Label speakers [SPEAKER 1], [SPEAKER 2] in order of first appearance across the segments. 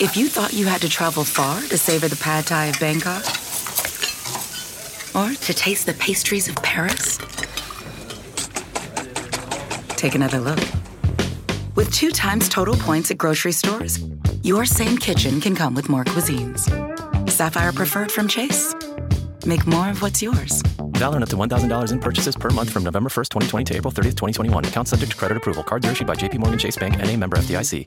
[SPEAKER 1] If you thought you had to travel far to savor the pad thai of Bangkok, or to taste the pastries of Paris, take another look. With two times total points at grocery stores, your same kitchen can come with more cuisines. Sapphire Preferred from Chase. Make more of what's yours.
[SPEAKER 2] Valid on up to $1,000 in purchases per month from November 1st, 2020 to April 30th, 2021. Account subject to credit approval. Cards are issued by JPMorgan Chase Bank and a member FDIC.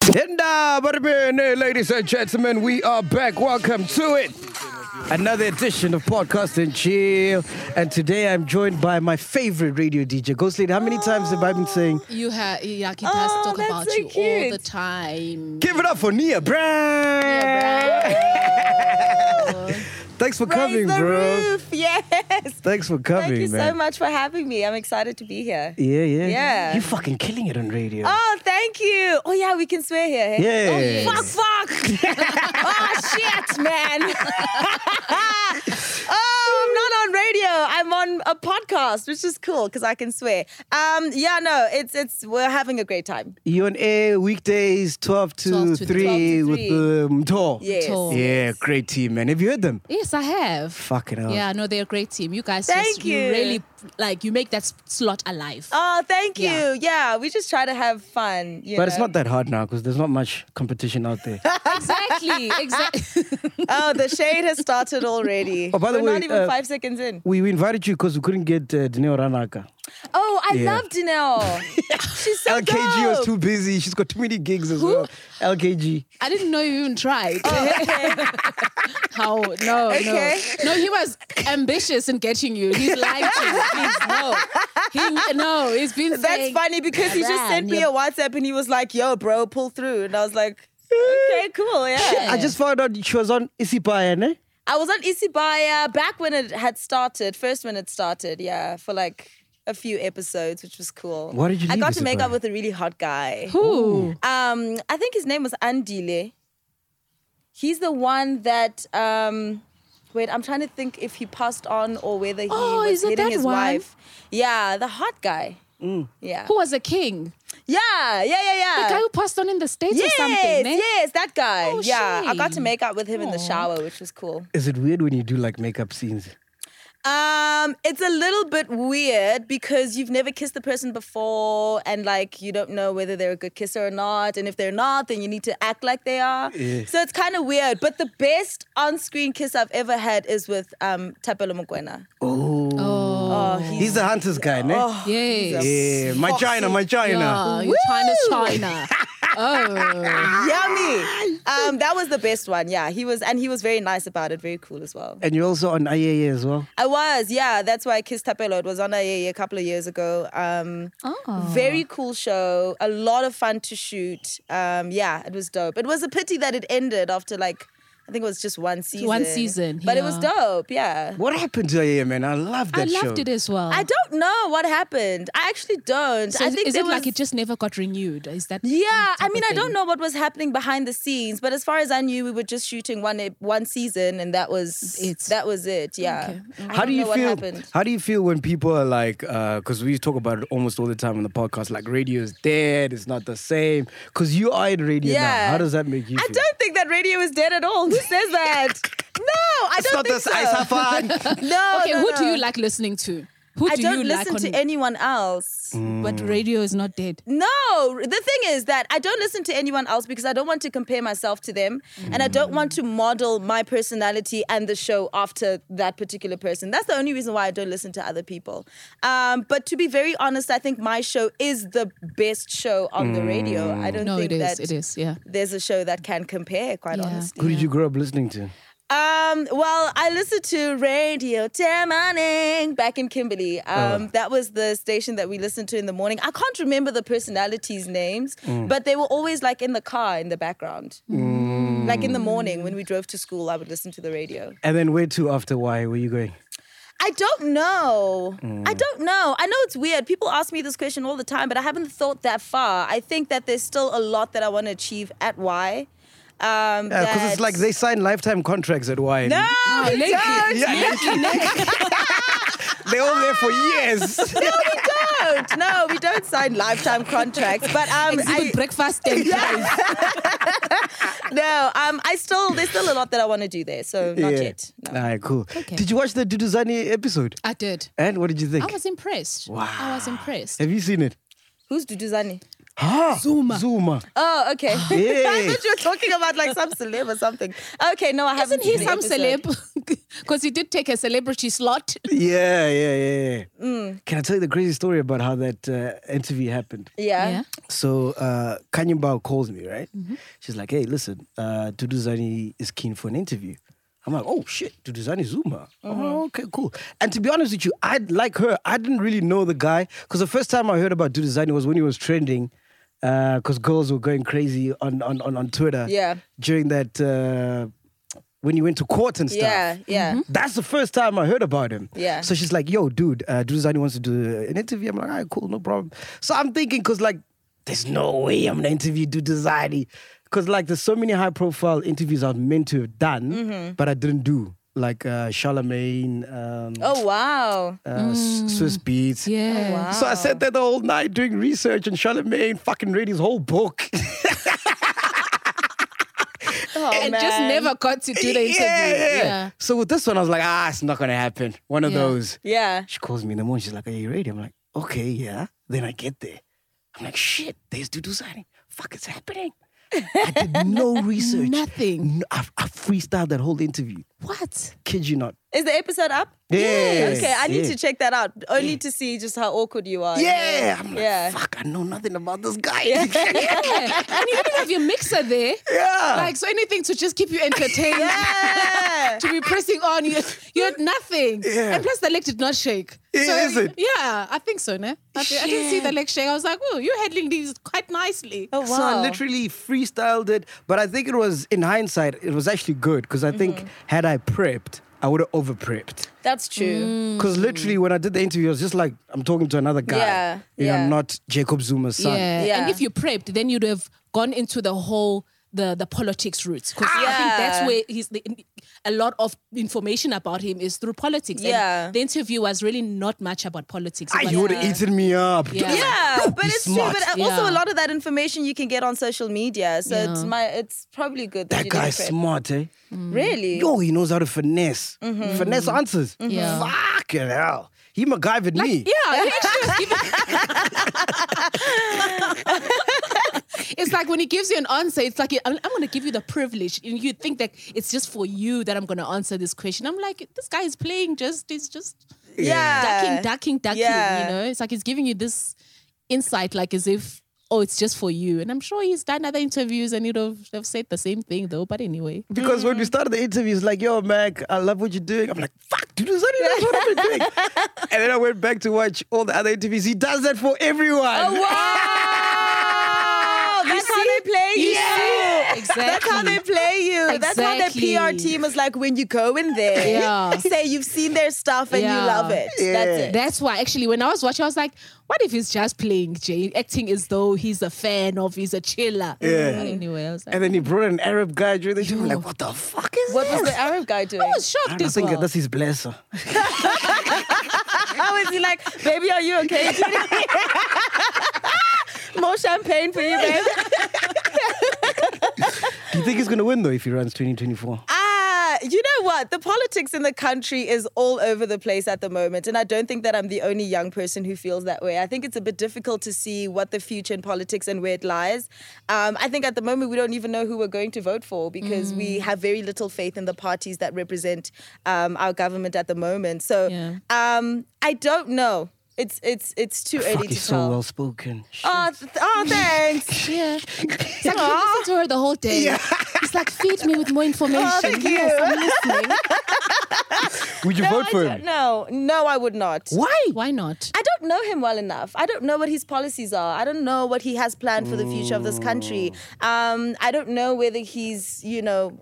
[SPEAKER 3] Tenda, bada bing, eh, ladies and gentlemen, we are back. Welcome to it. Another edition of Podcast and Chill. And today I'm joined by my favorite radio DJ, Ghost Lady. How many times have I been saying,
[SPEAKER 4] You have Yaki does
[SPEAKER 5] Oh,
[SPEAKER 4] talk
[SPEAKER 5] that's
[SPEAKER 4] about
[SPEAKER 5] so
[SPEAKER 4] you all
[SPEAKER 5] cute.
[SPEAKER 4] the time.
[SPEAKER 3] Give it up for Nia, bruh! Thanks for coming,
[SPEAKER 5] Raise the
[SPEAKER 3] bro.
[SPEAKER 5] roof. Yes.
[SPEAKER 3] Thanks for coming,
[SPEAKER 5] Thank you
[SPEAKER 3] man.
[SPEAKER 5] so much for having me. I'm excited to be here.
[SPEAKER 3] Yeah, yeah.
[SPEAKER 5] Yeah.
[SPEAKER 3] You're fucking killing it on radio.
[SPEAKER 5] Oh, thank you. Oh yeah, we can swear here.
[SPEAKER 3] Yeah.
[SPEAKER 5] hey? Fuck, fuck. oh shit, man. oh, I'm not on radio. I'm on a podcast, which is cool because I can swear. Um, yeah, no, it's it's we're having a great time.
[SPEAKER 3] You on air weekdays 12 to,
[SPEAKER 4] 12 to
[SPEAKER 3] 3,
[SPEAKER 4] 12
[SPEAKER 5] to
[SPEAKER 3] with
[SPEAKER 5] 3.
[SPEAKER 3] the um, tour.
[SPEAKER 5] Yes.
[SPEAKER 4] Tall.
[SPEAKER 3] Yeah, great team, man. Have you heard them?
[SPEAKER 4] Yes, I have.
[SPEAKER 3] Fucking hell.
[SPEAKER 4] Yeah, no, they're a great team. You guys
[SPEAKER 5] Thank
[SPEAKER 4] just
[SPEAKER 5] you.
[SPEAKER 4] really like you make that s- slot alive.
[SPEAKER 5] Oh, thank you.
[SPEAKER 4] Yeah.
[SPEAKER 5] Yeah, we just try to have fun. You
[SPEAKER 3] But it's
[SPEAKER 5] know?
[SPEAKER 3] not that hard now because there's not much competition out there.
[SPEAKER 4] Exactly. Exactly.
[SPEAKER 5] Oh, the shade has started already.
[SPEAKER 3] Oh, by the
[SPEAKER 5] we're not
[SPEAKER 3] way,
[SPEAKER 5] even
[SPEAKER 3] uh,
[SPEAKER 5] five seconds in.
[SPEAKER 3] we, we invited you because we couldn't get uh, Dineo Ranaka.
[SPEAKER 5] Oh, I
[SPEAKER 3] Yeah.
[SPEAKER 5] love Danelle. She's so
[SPEAKER 3] LKG was
[SPEAKER 5] dope.
[SPEAKER 3] too busy. She's got too many gigs as well. LKG.
[SPEAKER 4] I didn't know you even tried. How? No,
[SPEAKER 5] Oh, Okay.
[SPEAKER 4] no. No, he was ambitious in getting you. He's lying to you. Please, no. He, no, he's been
[SPEAKER 5] That's
[SPEAKER 4] saying-
[SPEAKER 5] funny because he just sent me a WhatsApp and he was like, "Yo, bro, pull through," and I was like, "Okay, cool, yeah."
[SPEAKER 3] I just found out she was on Isipaya, ne?
[SPEAKER 5] I was on Isibaya back when it had started, first when it started, yeah, for like a few episodes, which was cool.
[SPEAKER 3] Why did you
[SPEAKER 5] I
[SPEAKER 3] leave
[SPEAKER 5] got to make
[SPEAKER 3] Isibaya?
[SPEAKER 5] up with a really hot guy.
[SPEAKER 4] Ooh.
[SPEAKER 5] Um, I think his name was Andile. He's the one that. Um, wait, I'm trying to think if he passed on or whether he
[SPEAKER 4] Oh,
[SPEAKER 5] was
[SPEAKER 4] is it
[SPEAKER 5] hitting
[SPEAKER 4] that
[SPEAKER 5] his
[SPEAKER 4] one?
[SPEAKER 5] wife. Yeah, the hot guy. Yeah.
[SPEAKER 4] Who was a king?
[SPEAKER 5] Yeah, yeah, yeah, yeah.
[SPEAKER 4] The guy who passed on in the States
[SPEAKER 5] yes,
[SPEAKER 4] or something, ne?
[SPEAKER 5] yes, that guy.
[SPEAKER 4] Oh,
[SPEAKER 5] yeah, I got to
[SPEAKER 4] shame.
[SPEAKER 5] make out with him in the
[SPEAKER 4] Aw.
[SPEAKER 5] shower, which was cool.
[SPEAKER 3] Is it weird when you do like makeup scenes?
[SPEAKER 5] Um, it's a little bit weird because you've never kissed the person before, and like you don't know whether they're a good kisser or not. And if they're not, then you need to act like they are. So it's kind of weird. But the best on-screen kiss I've ever had is with um Tapelo Mokoena. Oh, he's,
[SPEAKER 3] He's the Hunters guy, ne?
[SPEAKER 4] Yes.
[SPEAKER 3] Yeah, my China, my China.
[SPEAKER 4] Oh, Yeah, you China, China. Oh,
[SPEAKER 5] yummy. Um, that was the best one. Yeah, he was, and he was very nice about it. Very cool as well.
[SPEAKER 3] And you're also on Ayeye as well.
[SPEAKER 5] I was, yeah. That's why I kissed Tapelo. It was on a, a couple of years ago. Um,
[SPEAKER 4] Oh.
[SPEAKER 5] Very cool show. A lot of fun to shoot. Um, yeah, it was dope. It was a pity that it ended after like, I think it was just one season.
[SPEAKER 4] One season,
[SPEAKER 5] But it was
[SPEAKER 4] yeah.
[SPEAKER 5] dope, yeah.
[SPEAKER 3] What happened to Ayeye, man? I love
[SPEAKER 4] I
[SPEAKER 3] that show.
[SPEAKER 4] loved it as well.
[SPEAKER 5] I don't know what happened. I actually don't.
[SPEAKER 4] So
[SPEAKER 5] I
[SPEAKER 4] is-
[SPEAKER 5] think
[SPEAKER 4] is
[SPEAKER 5] there
[SPEAKER 4] it like
[SPEAKER 5] was-
[SPEAKER 4] it just never got renewed? Is that
[SPEAKER 5] Yeah, I
[SPEAKER 4] type
[SPEAKER 5] mean,
[SPEAKER 4] of
[SPEAKER 5] I don't
[SPEAKER 4] thing?
[SPEAKER 5] know what was happening behind the scenes, but as far as I knew, we were just shooting one ep- one season, and that was
[SPEAKER 4] It.
[SPEAKER 5] That was it. Yeah.
[SPEAKER 4] Okay.
[SPEAKER 5] I
[SPEAKER 3] How
[SPEAKER 5] don't
[SPEAKER 3] do you
[SPEAKER 5] know what
[SPEAKER 3] feel?
[SPEAKER 5] happened.
[SPEAKER 3] How do you feel when people are like, because we talk about it almost all the time on the podcast, like radio is dead, it's not the same. Because you are in radio now.
[SPEAKER 5] Yeah.
[SPEAKER 3] How does that make you
[SPEAKER 5] I
[SPEAKER 3] feel?
[SPEAKER 5] don't think that radio is dead at all. Who says that? No, I
[SPEAKER 3] it's
[SPEAKER 5] don't
[SPEAKER 3] not
[SPEAKER 5] think
[SPEAKER 3] this ice
[SPEAKER 5] so.
[SPEAKER 3] fun.
[SPEAKER 5] No,
[SPEAKER 4] Okay,
[SPEAKER 5] no,
[SPEAKER 4] who do
[SPEAKER 5] no.
[SPEAKER 4] you like listening to? Who
[SPEAKER 5] I
[SPEAKER 4] do
[SPEAKER 5] don't
[SPEAKER 4] you
[SPEAKER 5] listen
[SPEAKER 4] like on,
[SPEAKER 5] to anyone else.
[SPEAKER 4] But radio is not dead.
[SPEAKER 5] No, the thing is that I don't listen to anyone else because I don't want to compare myself to them and I don't want to model my personality and the show after that particular person. That's the only reason why I don't listen to other people. Um, but to be very honest, I think my show is the best show on the radio. I don't
[SPEAKER 4] Mm. No,
[SPEAKER 5] think
[SPEAKER 4] it is.
[SPEAKER 5] that
[SPEAKER 4] It is. Yeah.
[SPEAKER 5] there's a show that can compare, quite
[SPEAKER 4] Yeah.
[SPEAKER 5] honestly.
[SPEAKER 3] Who did you grow up listening to?
[SPEAKER 5] Um, well, I listened to Radio Morning back in Kimberley. Um,
[SPEAKER 3] Uh.
[SPEAKER 5] That was the station that we listened to in the morning. I can't
[SPEAKER 3] Mm.
[SPEAKER 5] remember the personalities' names, but they were always like in the car in the background.
[SPEAKER 3] Mm.
[SPEAKER 5] Like in the morning when we drove to school, I would listen to the radio.
[SPEAKER 3] And then where to after why? Where you going?
[SPEAKER 5] I don't know.
[SPEAKER 3] Mm.
[SPEAKER 5] I don't know. I know it's weird. People ask me this question all the time, but I haven't thought that far. I think that there's still a lot that I want to achieve at Y. Um,
[SPEAKER 3] Yeah, because it's
[SPEAKER 5] that-
[SPEAKER 3] like they sign lifetime contracts at wine.
[SPEAKER 5] No, we
[SPEAKER 4] lately-
[SPEAKER 5] don't.
[SPEAKER 3] They're all there for years.
[SPEAKER 5] No, we don't. No, we don't sign lifetime contracts. But um,
[SPEAKER 4] Exhibit
[SPEAKER 5] I,
[SPEAKER 4] breakfast and prize.
[SPEAKER 5] no, um, I still there's still a lot that I want to do there. So not
[SPEAKER 3] Yeah.
[SPEAKER 5] yet. No.
[SPEAKER 3] All right, cool.
[SPEAKER 4] Okay.
[SPEAKER 3] Did you watch the Duduzani episode?
[SPEAKER 4] I did.
[SPEAKER 3] And what did you think?
[SPEAKER 4] I was impressed. Wow. I was impressed.
[SPEAKER 3] Have you seen it?
[SPEAKER 5] Who's Duduzani?
[SPEAKER 3] Huh?
[SPEAKER 4] Zuma.
[SPEAKER 3] Zuma.
[SPEAKER 5] Oh, okay. I
[SPEAKER 3] Yeah.
[SPEAKER 5] thought you were talking about like some celeb or something. Okay, no, I haven't.
[SPEAKER 4] Isn't he
[SPEAKER 5] seen the
[SPEAKER 4] some
[SPEAKER 5] episode.
[SPEAKER 4] celeb? Because he did take a celebrity slot.
[SPEAKER 3] Yeah, yeah, yeah. yeah.
[SPEAKER 5] Mm.
[SPEAKER 3] Can I tell you the crazy story about how that uh, interview happened?
[SPEAKER 5] Yeah.
[SPEAKER 4] Yeah.
[SPEAKER 3] So uh, Kanye Bao calls me, right?
[SPEAKER 5] Mm-hmm.
[SPEAKER 3] She's like, hey, listen, uh, Duduzani is keen for an interview. I'm like, oh shit, Duduzani Zuma.
[SPEAKER 5] Uh-huh.
[SPEAKER 3] Oh, okay, cool. And to be honest with you, I like her. I didn't really know the guy because the first time I heard about Duduzani was when he was trending. Because girls were going crazy on on, on, on Twitter
[SPEAKER 5] Yeah.
[SPEAKER 3] during that uh, when you went to court and stuff.
[SPEAKER 5] Yeah, yeah. Mhm.
[SPEAKER 3] That's the first time I heard about him.
[SPEAKER 5] Yeah.
[SPEAKER 3] So she's like, "Yo, dude, uh, Duduzani wants to do an interview." I'm like, "All right, cool, no problem." So I'm thinking, cause like, there's no way I'm gonna interview Duduzani, cause like, there's so many high-profile interviews I was meant to have done,
[SPEAKER 4] Mm-hmm.
[SPEAKER 3] but I didn't do. Like uh, Charlemagne, um,
[SPEAKER 5] Oh wow.
[SPEAKER 3] uh, S- Swiss Beats.
[SPEAKER 4] Mm.
[SPEAKER 5] Oh,
[SPEAKER 4] Yeah.
[SPEAKER 3] So I sat there the whole night doing research, and Charlemagne fucking read his whole book.
[SPEAKER 5] Oh,
[SPEAKER 4] and just
[SPEAKER 5] man.
[SPEAKER 4] never got to do the interview.
[SPEAKER 3] So with this one, I was like, ah, it's not gonna happen. One of
[SPEAKER 4] Yeah.
[SPEAKER 3] those.
[SPEAKER 5] Yeah.
[SPEAKER 3] She calls me in the morning. She's like, are you ready? I'm like, okay, yeah. Then I get there. I'm like, shit, there's Dudu signing. Fuck, it's happening. I did no research.
[SPEAKER 4] Nothing.
[SPEAKER 3] No, I, I freestyled that whole interview.
[SPEAKER 4] What?
[SPEAKER 3] Kid you not.
[SPEAKER 5] Is the episode up?
[SPEAKER 3] Yes.
[SPEAKER 5] Okay, I need
[SPEAKER 3] Yeah.
[SPEAKER 5] to check that out only to see just how awkward you are.
[SPEAKER 3] Yeah. I'm like,
[SPEAKER 5] Yeah.
[SPEAKER 3] fuck, I know nothing about this guy. Yeah.
[SPEAKER 4] Yeah. and you didn't have your mixer there.
[SPEAKER 3] Oh.
[SPEAKER 4] Like, so anything to just keep you entertained.
[SPEAKER 5] Yeah.
[SPEAKER 4] to be pressing on, you, you had nothing.
[SPEAKER 3] Yeah.
[SPEAKER 4] And plus, the leg did not shake.
[SPEAKER 3] It
[SPEAKER 4] so,
[SPEAKER 3] isn't.
[SPEAKER 4] Yeah, I think so, ne? I, thi- I didn't see the
[SPEAKER 3] Shit.
[SPEAKER 4] leg shake. I was like, oh, you're handling these quite nicely.
[SPEAKER 5] Oh wow.
[SPEAKER 3] So I literally freestyled it, but I think it was in hindsight, it was actually good because I think
[SPEAKER 5] Mm-hmm.
[SPEAKER 3] had I prepped, I would have over prepped.
[SPEAKER 5] That's true.
[SPEAKER 3] Because literally, when I did the interview, I was just like, I'm talking to another guy.
[SPEAKER 5] Mm. Yeah,
[SPEAKER 3] You know,
[SPEAKER 5] yeah.
[SPEAKER 3] not Jacob Zuma's son.
[SPEAKER 4] Yeah.
[SPEAKER 5] Yeah.
[SPEAKER 4] And if you prepped, then you'd have gone into the whole the the politics route because I think that's
[SPEAKER 3] Ah.
[SPEAKER 5] Yeah.
[SPEAKER 4] where he's the, a lot of information about him is through politics. And
[SPEAKER 5] Yeah.
[SPEAKER 4] the interview was really not much about politics. It
[SPEAKER 3] Ah,
[SPEAKER 4] was-
[SPEAKER 3] you would have eaten me up.
[SPEAKER 4] Yeah.
[SPEAKER 5] Yeah, but
[SPEAKER 3] He's
[SPEAKER 5] it's
[SPEAKER 3] smart.
[SPEAKER 5] true. But uh,
[SPEAKER 4] Yeah.
[SPEAKER 5] also a lot of that information you can get on social media, so it's
[SPEAKER 4] Yeah.
[SPEAKER 5] my it's probably good that,
[SPEAKER 3] That
[SPEAKER 5] you didn't
[SPEAKER 3] guy's
[SPEAKER 5] prep.
[SPEAKER 3] smart, eh?
[SPEAKER 5] Mm-hmm. Really?
[SPEAKER 3] Yo, he knows how to finesse.
[SPEAKER 5] Mm-hmm.
[SPEAKER 3] Finesse answers.
[SPEAKER 4] Yeah.
[SPEAKER 3] Fucking hell. He MacGyvered me.
[SPEAKER 4] Yeah, he actually was giving. it's like when he gives you an answer, it's like I'm, I'm going to give you the privilege, and you think that it's just for you that I'm going to answer this question. I'm like, this guy is playing just, he's just
[SPEAKER 5] Yeah.
[SPEAKER 4] ducking, ducking, ducking.
[SPEAKER 5] Yeah.
[SPEAKER 4] You know, it's like he's giving you this insight, like as if. Oh, it's just for you, and I'm sure he's done other interviews, and he'd have, have said the same thing though. But anyway,
[SPEAKER 3] Because when we
[SPEAKER 5] Mm-hmm.
[SPEAKER 3] started the interview, it's like, yo, Mac, I love what you're doing. I'm like, fuck, dude, that's what I've been doing. and then I went back to watch all the other interviews. He does that for everyone.
[SPEAKER 5] Oh wow! That's how they play you.
[SPEAKER 4] exactly.
[SPEAKER 5] That's how they play you. That's how
[SPEAKER 4] Exactly.
[SPEAKER 5] their PR team is like when you go in there.
[SPEAKER 4] Yeah.
[SPEAKER 5] Say you've seen their stuff and
[SPEAKER 4] Yeah.
[SPEAKER 5] you love it. That's it.
[SPEAKER 4] That's why actually when I was watching, I was like, what if he's just playing Jay, acting as though he's a fan of he's a chiller.
[SPEAKER 3] Yeah.
[SPEAKER 4] But anyway, I was like,
[SPEAKER 3] And then he brought an Arab guy during the show. I'm like, what the fuck is
[SPEAKER 5] what
[SPEAKER 3] this?
[SPEAKER 5] was the Arab guy doing?
[SPEAKER 4] I was shocked
[SPEAKER 3] And I
[SPEAKER 4] as
[SPEAKER 3] think
[SPEAKER 4] well.
[SPEAKER 3] that's his blesser.
[SPEAKER 5] How is he like, baby, are you okay? More champagne for you, babe.
[SPEAKER 3] Do you think he's going to win, though, if he runs 2024?
[SPEAKER 5] Ah, you know what? The politics in the country is all over the place at the moment. And I don't think that I'm the only young person who feels that way. I think it's a bit difficult to see what the future in politics and where it lies. Um, I think at the moment we don't even know who we're going to vote for because we have very little faith in the parties that represent um, our government at the moment. So
[SPEAKER 4] Yeah.
[SPEAKER 5] um, I don't know. It's it's it's too
[SPEAKER 3] Fuck,
[SPEAKER 5] early
[SPEAKER 3] he's
[SPEAKER 5] to
[SPEAKER 3] so
[SPEAKER 5] tell.
[SPEAKER 3] well spoken.
[SPEAKER 5] oh, th- oh, thanks.
[SPEAKER 4] yeah.
[SPEAKER 5] Oh,
[SPEAKER 4] It's like you listen to her the whole day. It's like feed me with more information.
[SPEAKER 5] Oh, thank you.
[SPEAKER 4] yes, I'm listening.
[SPEAKER 3] Would you
[SPEAKER 5] No,
[SPEAKER 3] vote
[SPEAKER 5] I
[SPEAKER 3] for
[SPEAKER 5] don't-
[SPEAKER 3] him?
[SPEAKER 5] No, no, I would not.
[SPEAKER 3] Why?
[SPEAKER 4] Why not?
[SPEAKER 5] I don't know him well enough. I don't know what his policies are. I don't know what he has planned for the future of this country. Um, I don't know whether he's, you know,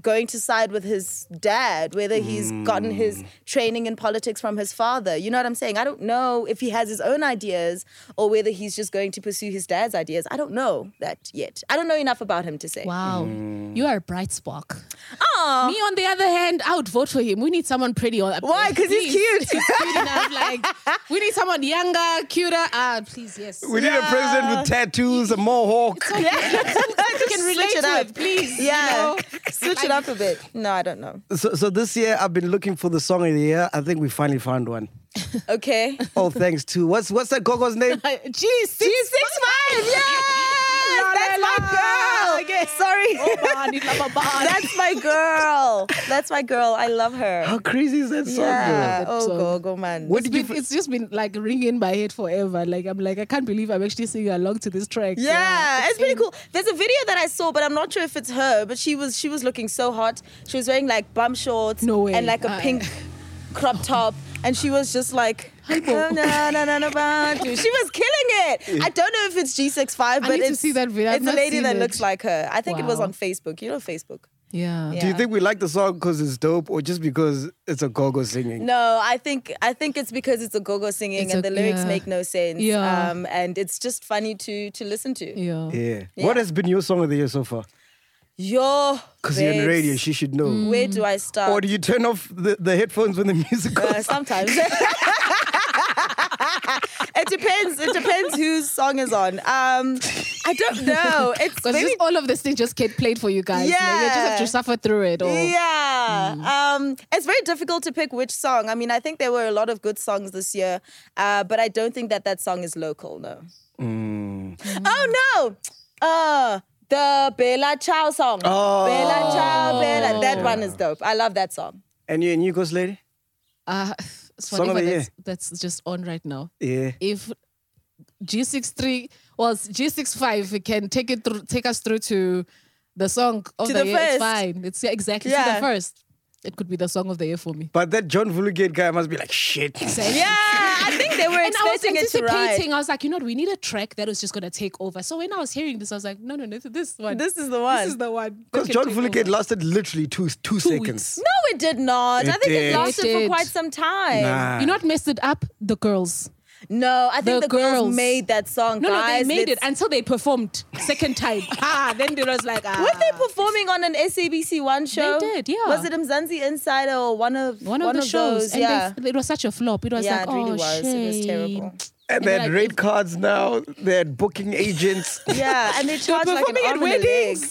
[SPEAKER 5] going to side with his dad, whether he's gotten his training in politics from his father. You know what I'm saying? I don't know if he has his own ideas or whether he's just going to pursue his dad's ideas. I don't know that yet. I don't know enough about him to say.
[SPEAKER 4] Wow, you are a bright spark. Me, on the other hand, I would vote for him. We need someone pretty. On
[SPEAKER 5] Why? 'Cause he's cute.
[SPEAKER 4] He's cute enough. Like we need someone younger, cuter. Ah, please, yes.
[SPEAKER 3] We need a president with tattoos, a mohawk.
[SPEAKER 4] It's okay. you
[SPEAKER 5] Just
[SPEAKER 4] can
[SPEAKER 5] switch
[SPEAKER 4] relate
[SPEAKER 5] it
[SPEAKER 4] to
[SPEAKER 5] up.
[SPEAKER 4] it, please. you
[SPEAKER 5] Yeah.
[SPEAKER 4] know?
[SPEAKER 5] Switch it
[SPEAKER 4] Like-
[SPEAKER 5] up a bit. No, I don't know.
[SPEAKER 3] So, so this year I've been looking for the song of the year. I think we finally found one.
[SPEAKER 5] Okay.
[SPEAKER 3] All thanks to what's what's that gogo's name?
[SPEAKER 4] G six six five.
[SPEAKER 5] Yes, that's my girl. Okay, sorry. That's my girl. That's my girl. I love her.
[SPEAKER 3] How crazy is that song?
[SPEAKER 5] Yeah.
[SPEAKER 4] good.
[SPEAKER 5] Oh,
[SPEAKER 4] So-
[SPEAKER 5] go, go, man.
[SPEAKER 3] What
[SPEAKER 4] It's,
[SPEAKER 3] did you?
[SPEAKER 4] been, it's just been like ringing in my head forever. Like I'm like I can't believe I'm actually singing along to this track.
[SPEAKER 5] yeah, it's pretty cool. There's a video that I saw, but I'm not sure if it's her. But she was she was looking so hot. She was wearing like bum shorts
[SPEAKER 4] No way.
[SPEAKER 5] and like a
[SPEAKER 4] Uh,
[SPEAKER 5] pink crop top, and she was just like. No, no, no, no, no, about you. She was killing it. I don't know if it's G65, but
[SPEAKER 4] need to
[SPEAKER 5] it's,
[SPEAKER 4] see that video. I've
[SPEAKER 5] it's a
[SPEAKER 4] not
[SPEAKER 5] lady
[SPEAKER 4] seen
[SPEAKER 5] that
[SPEAKER 4] it. f-
[SPEAKER 5] looks like her. I think it was
[SPEAKER 4] Wow.
[SPEAKER 5] on Facebook. You know Facebook.
[SPEAKER 4] Yeah.
[SPEAKER 3] Do you
[SPEAKER 5] Yeah.
[SPEAKER 3] think we like the song because it's dope, or just because it's a gogo singing?
[SPEAKER 5] No, I think I think it's because it's a go-go singing
[SPEAKER 4] It's
[SPEAKER 5] and
[SPEAKER 4] a-
[SPEAKER 5] the lyrics
[SPEAKER 4] yeah.
[SPEAKER 5] make no sense.
[SPEAKER 4] Yeah.
[SPEAKER 5] Um, and it's just funny to to listen to.
[SPEAKER 4] Yeah.
[SPEAKER 3] Yeah.
[SPEAKER 5] Yeah.
[SPEAKER 3] What has been your song of the year so far?
[SPEAKER 5] Yo,
[SPEAKER 3] Because you're on
[SPEAKER 5] babes,
[SPEAKER 3] radio, she should know.
[SPEAKER 5] where do I start?
[SPEAKER 3] Or do you turn off the, the headphones when the music
[SPEAKER 5] Uh,
[SPEAKER 3] goes?
[SPEAKER 5] sometimes. it depends. It depends whose song is on. Um, I don't know. It's
[SPEAKER 4] Because
[SPEAKER 5] maybe
[SPEAKER 4] all of this thing just get played for you guys. Like, you just have
[SPEAKER 5] Yeah.
[SPEAKER 4] to suffer through it. Or
[SPEAKER 5] Yeah.
[SPEAKER 3] Mm.
[SPEAKER 5] Um, it's very difficult to pick which song. I mean, I think there were a lot of good songs this year, uh, but I don't think that that song is local, no.
[SPEAKER 3] Mm.
[SPEAKER 5] Oh, no. Uh, the Bella Ciao song.
[SPEAKER 3] Oh.
[SPEAKER 5] Bella Ciao, Bella. That one is dope. I love that song.
[SPEAKER 3] And you and you Ghost Lady?
[SPEAKER 4] uh, it's
[SPEAKER 3] Song of
[SPEAKER 4] whatever
[SPEAKER 3] the year.
[SPEAKER 4] that's, that's just on right now.
[SPEAKER 3] Yeah.
[SPEAKER 4] If G63 well G65 can take it through, take us through to the song of
[SPEAKER 5] To
[SPEAKER 4] the,
[SPEAKER 5] the
[SPEAKER 4] year. It's
[SPEAKER 5] first.
[SPEAKER 4] fine. It's yeah, exactly to
[SPEAKER 5] Yeah.
[SPEAKER 4] the first. It could be the song of the year for me.
[SPEAKER 3] But that John Vulugate guy must be like, shit.
[SPEAKER 5] Yeah, I think they were
[SPEAKER 4] and I was
[SPEAKER 5] expecting it to ride.
[SPEAKER 4] anticipating. I was like, you know, what, we need a track that was just gonna take over. So when I was hearing this, I was like, no, no, no, this one.
[SPEAKER 5] This is the one.
[SPEAKER 4] This is the one.
[SPEAKER 3] Because John Vulugate lasted literally two, two, seconds.
[SPEAKER 5] No, it did not. I
[SPEAKER 3] It
[SPEAKER 5] think
[SPEAKER 3] did.
[SPEAKER 5] it lasted
[SPEAKER 4] It did.
[SPEAKER 5] for quite some time.
[SPEAKER 3] Nah.
[SPEAKER 4] You know what messed it up? The girls.
[SPEAKER 5] No, I think
[SPEAKER 4] The
[SPEAKER 5] the, girls.
[SPEAKER 4] girls.
[SPEAKER 5] made that song.
[SPEAKER 4] No,
[SPEAKER 5] guys.
[SPEAKER 4] no, they made it
[SPEAKER 5] Let's-
[SPEAKER 4] until they performed second time. ah, then it was like, ah.
[SPEAKER 5] Weren't they performing on an SABC One show?
[SPEAKER 4] did, yeah.
[SPEAKER 5] Was it Mzanzi Insider or one of
[SPEAKER 4] one of the shows,
[SPEAKER 5] those?
[SPEAKER 4] and
[SPEAKER 5] yeah.
[SPEAKER 4] they, it was such a flop. It was
[SPEAKER 5] yeah,
[SPEAKER 4] like,
[SPEAKER 5] it really
[SPEAKER 4] oh,
[SPEAKER 5] was. It was terrible.
[SPEAKER 4] shame.
[SPEAKER 3] and they had
[SPEAKER 4] like,
[SPEAKER 3] rate
[SPEAKER 4] if-
[SPEAKER 3] cards now, they had booking agents.
[SPEAKER 5] Yeah, and they charged like an
[SPEAKER 4] performing at
[SPEAKER 5] arm and a leg.
[SPEAKER 4] weddings.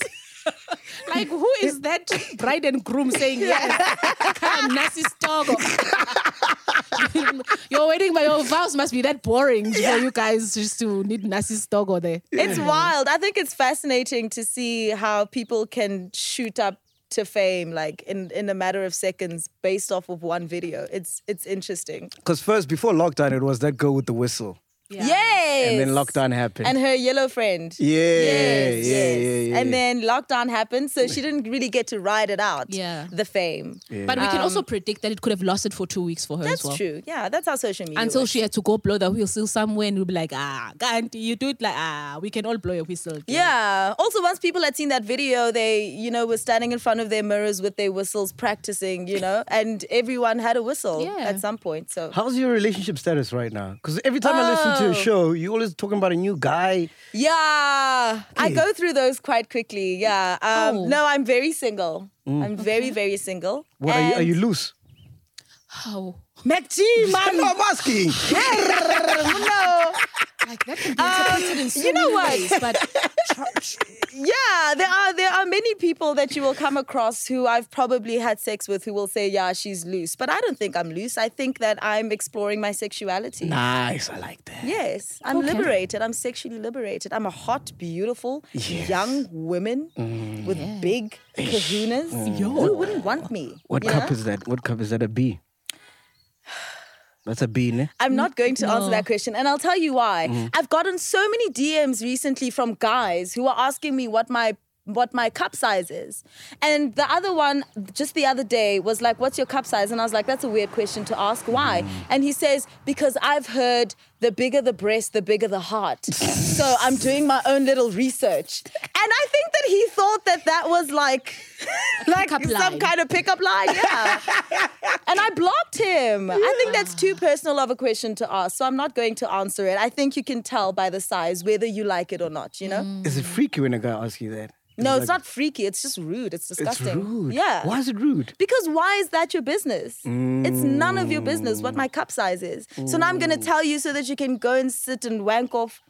[SPEAKER 4] like, who is that bride and groom saying yes? Come, nasty stogo. your wedding, but your vows must be that boring for you guys just to need nasty stogo there.
[SPEAKER 5] It's wild. I think it's fascinating to see how people can shoot up to fame like in, in a matter of seconds based off of one video. It's it's interesting.
[SPEAKER 3] Because first, before lockdown, it was that girl with the whistle.
[SPEAKER 4] Yeah.
[SPEAKER 5] Yes.
[SPEAKER 3] And then lockdown happened.
[SPEAKER 5] And her yellow friend.
[SPEAKER 3] yeah,
[SPEAKER 5] Yes,
[SPEAKER 3] yeah,
[SPEAKER 5] yes.
[SPEAKER 3] yeah, yeah.
[SPEAKER 5] And then lockdown happened, so she didn't really get to ride it out.
[SPEAKER 4] Yeah.
[SPEAKER 5] The fame.
[SPEAKER 4] But we can also predict that it could have lasted for two weeks for her
[SPEAKER 5] Um, That's
[SPEAKER 4] as well.
[SPEAKER 5] true. Yeah, that's how social media.
[SPEAKER 4] Until
[SPEAKER 5] works.
[SPEAKER 4] she had to go blow the whistle somewhere and we'll be like, ah, can't you do it like, ah, we can all blow a whistle. girl."
[SPEAKER 5] Yeah. Also, once people had seen that video, they, you know, were standing in front of their mirrors with their whistles, practicing, you know, and everyone had a whistle
[SPEAKER 4] Yeah.
[SPEAKER 5] at some point. So,
[SPEAKER 3] How's your relationship status right now? Because every time I listen to a show, you always talking about a new guy.
[SPEAKER 5] yeah, I go through those quite quickly. Yeah. Um,
[SPEAKER 4] Oh.
[SPEAKER 5] No, I'm very single. I'm very, very single.
[SPEAKER 3] What are you? Are
[SPEAKER 5] And-
[SPEAKER 3] you loose?
[SPEAKER 4] How?
[SPEAKER 5] Mac G, man.
[SPEAKER 3] I'm asking.
[SPEAKER 5] no.
[SPEAKER 4] Like, that can be interpreted in so
[SPEAKER 5] Um, you know
[SPEAKER 4] many
[SPEAKER 5] what?
[SPEAKER 4] ways, but
[SPEAKER 5] Yeah, there are there are many people that you will come across who I've probably had sex with who will say, "Yeah, she's loose," but I don't think I'm loose. I think that I'm exploring my sexuality.
[SPEAKER 3] Nice, I like that.
[SPEAKER 5] Yes, I'm
[SPEAKER 4] Okay.
[SPEAKER 5] liberated. I'm sexually liberated. I'm a hot, beautiful young woman with big kahunas. Who wouldn't want me?
[SPEAKER 3] What
[SPEAKER 5] you
[SPEAKER 3] cup
[SPEAKER 5] know?
[SPEAKER 3] is that? What cup is that? A B. That's a B, ne?
[SPEAKER 5] I'm not going to answer that question, and I'll tell you why. I've gotten so many DMs recently from guys who are asking me what my what my cup size is. And the other one, just the other day, was like, What's your cup size? And I was like, That's a weird question to ask. Why? And he says, Because I've heard the bigger the breast, the bigger the heart. so I'm doing my own little research. And I think that he thought that that was like, like
[SPEAKER 4] Pickup
[SPEAKER 5] some
[SPEAKER 4] line.
[SPEAKER 5] kind of pickup line. Yeah. and I blocked him. I think that's too personal of a question to ask. So I'm not going to answer it. I think you can tell by the size whether you like it or not, you know?
[SPEAKER 3] Is it freaky when a guy asks you that?
[SPEAKER 5] No, it's
[SPEAKER 3] like-
[SPEAKER 5] not freaky. It's just rude. It's
[SPEAKER 3] It's
[SPEAKER 5] disgusting.
[SPEAKER 3] rude.
[SPEAKER 5] Yeah.
[SPEAKER 3] Why is it rude?
[SPEAKER 5] Because why is that your business? It's none of your business what my cup size is. So now I'm going to tell you so that you can go and sit and wank off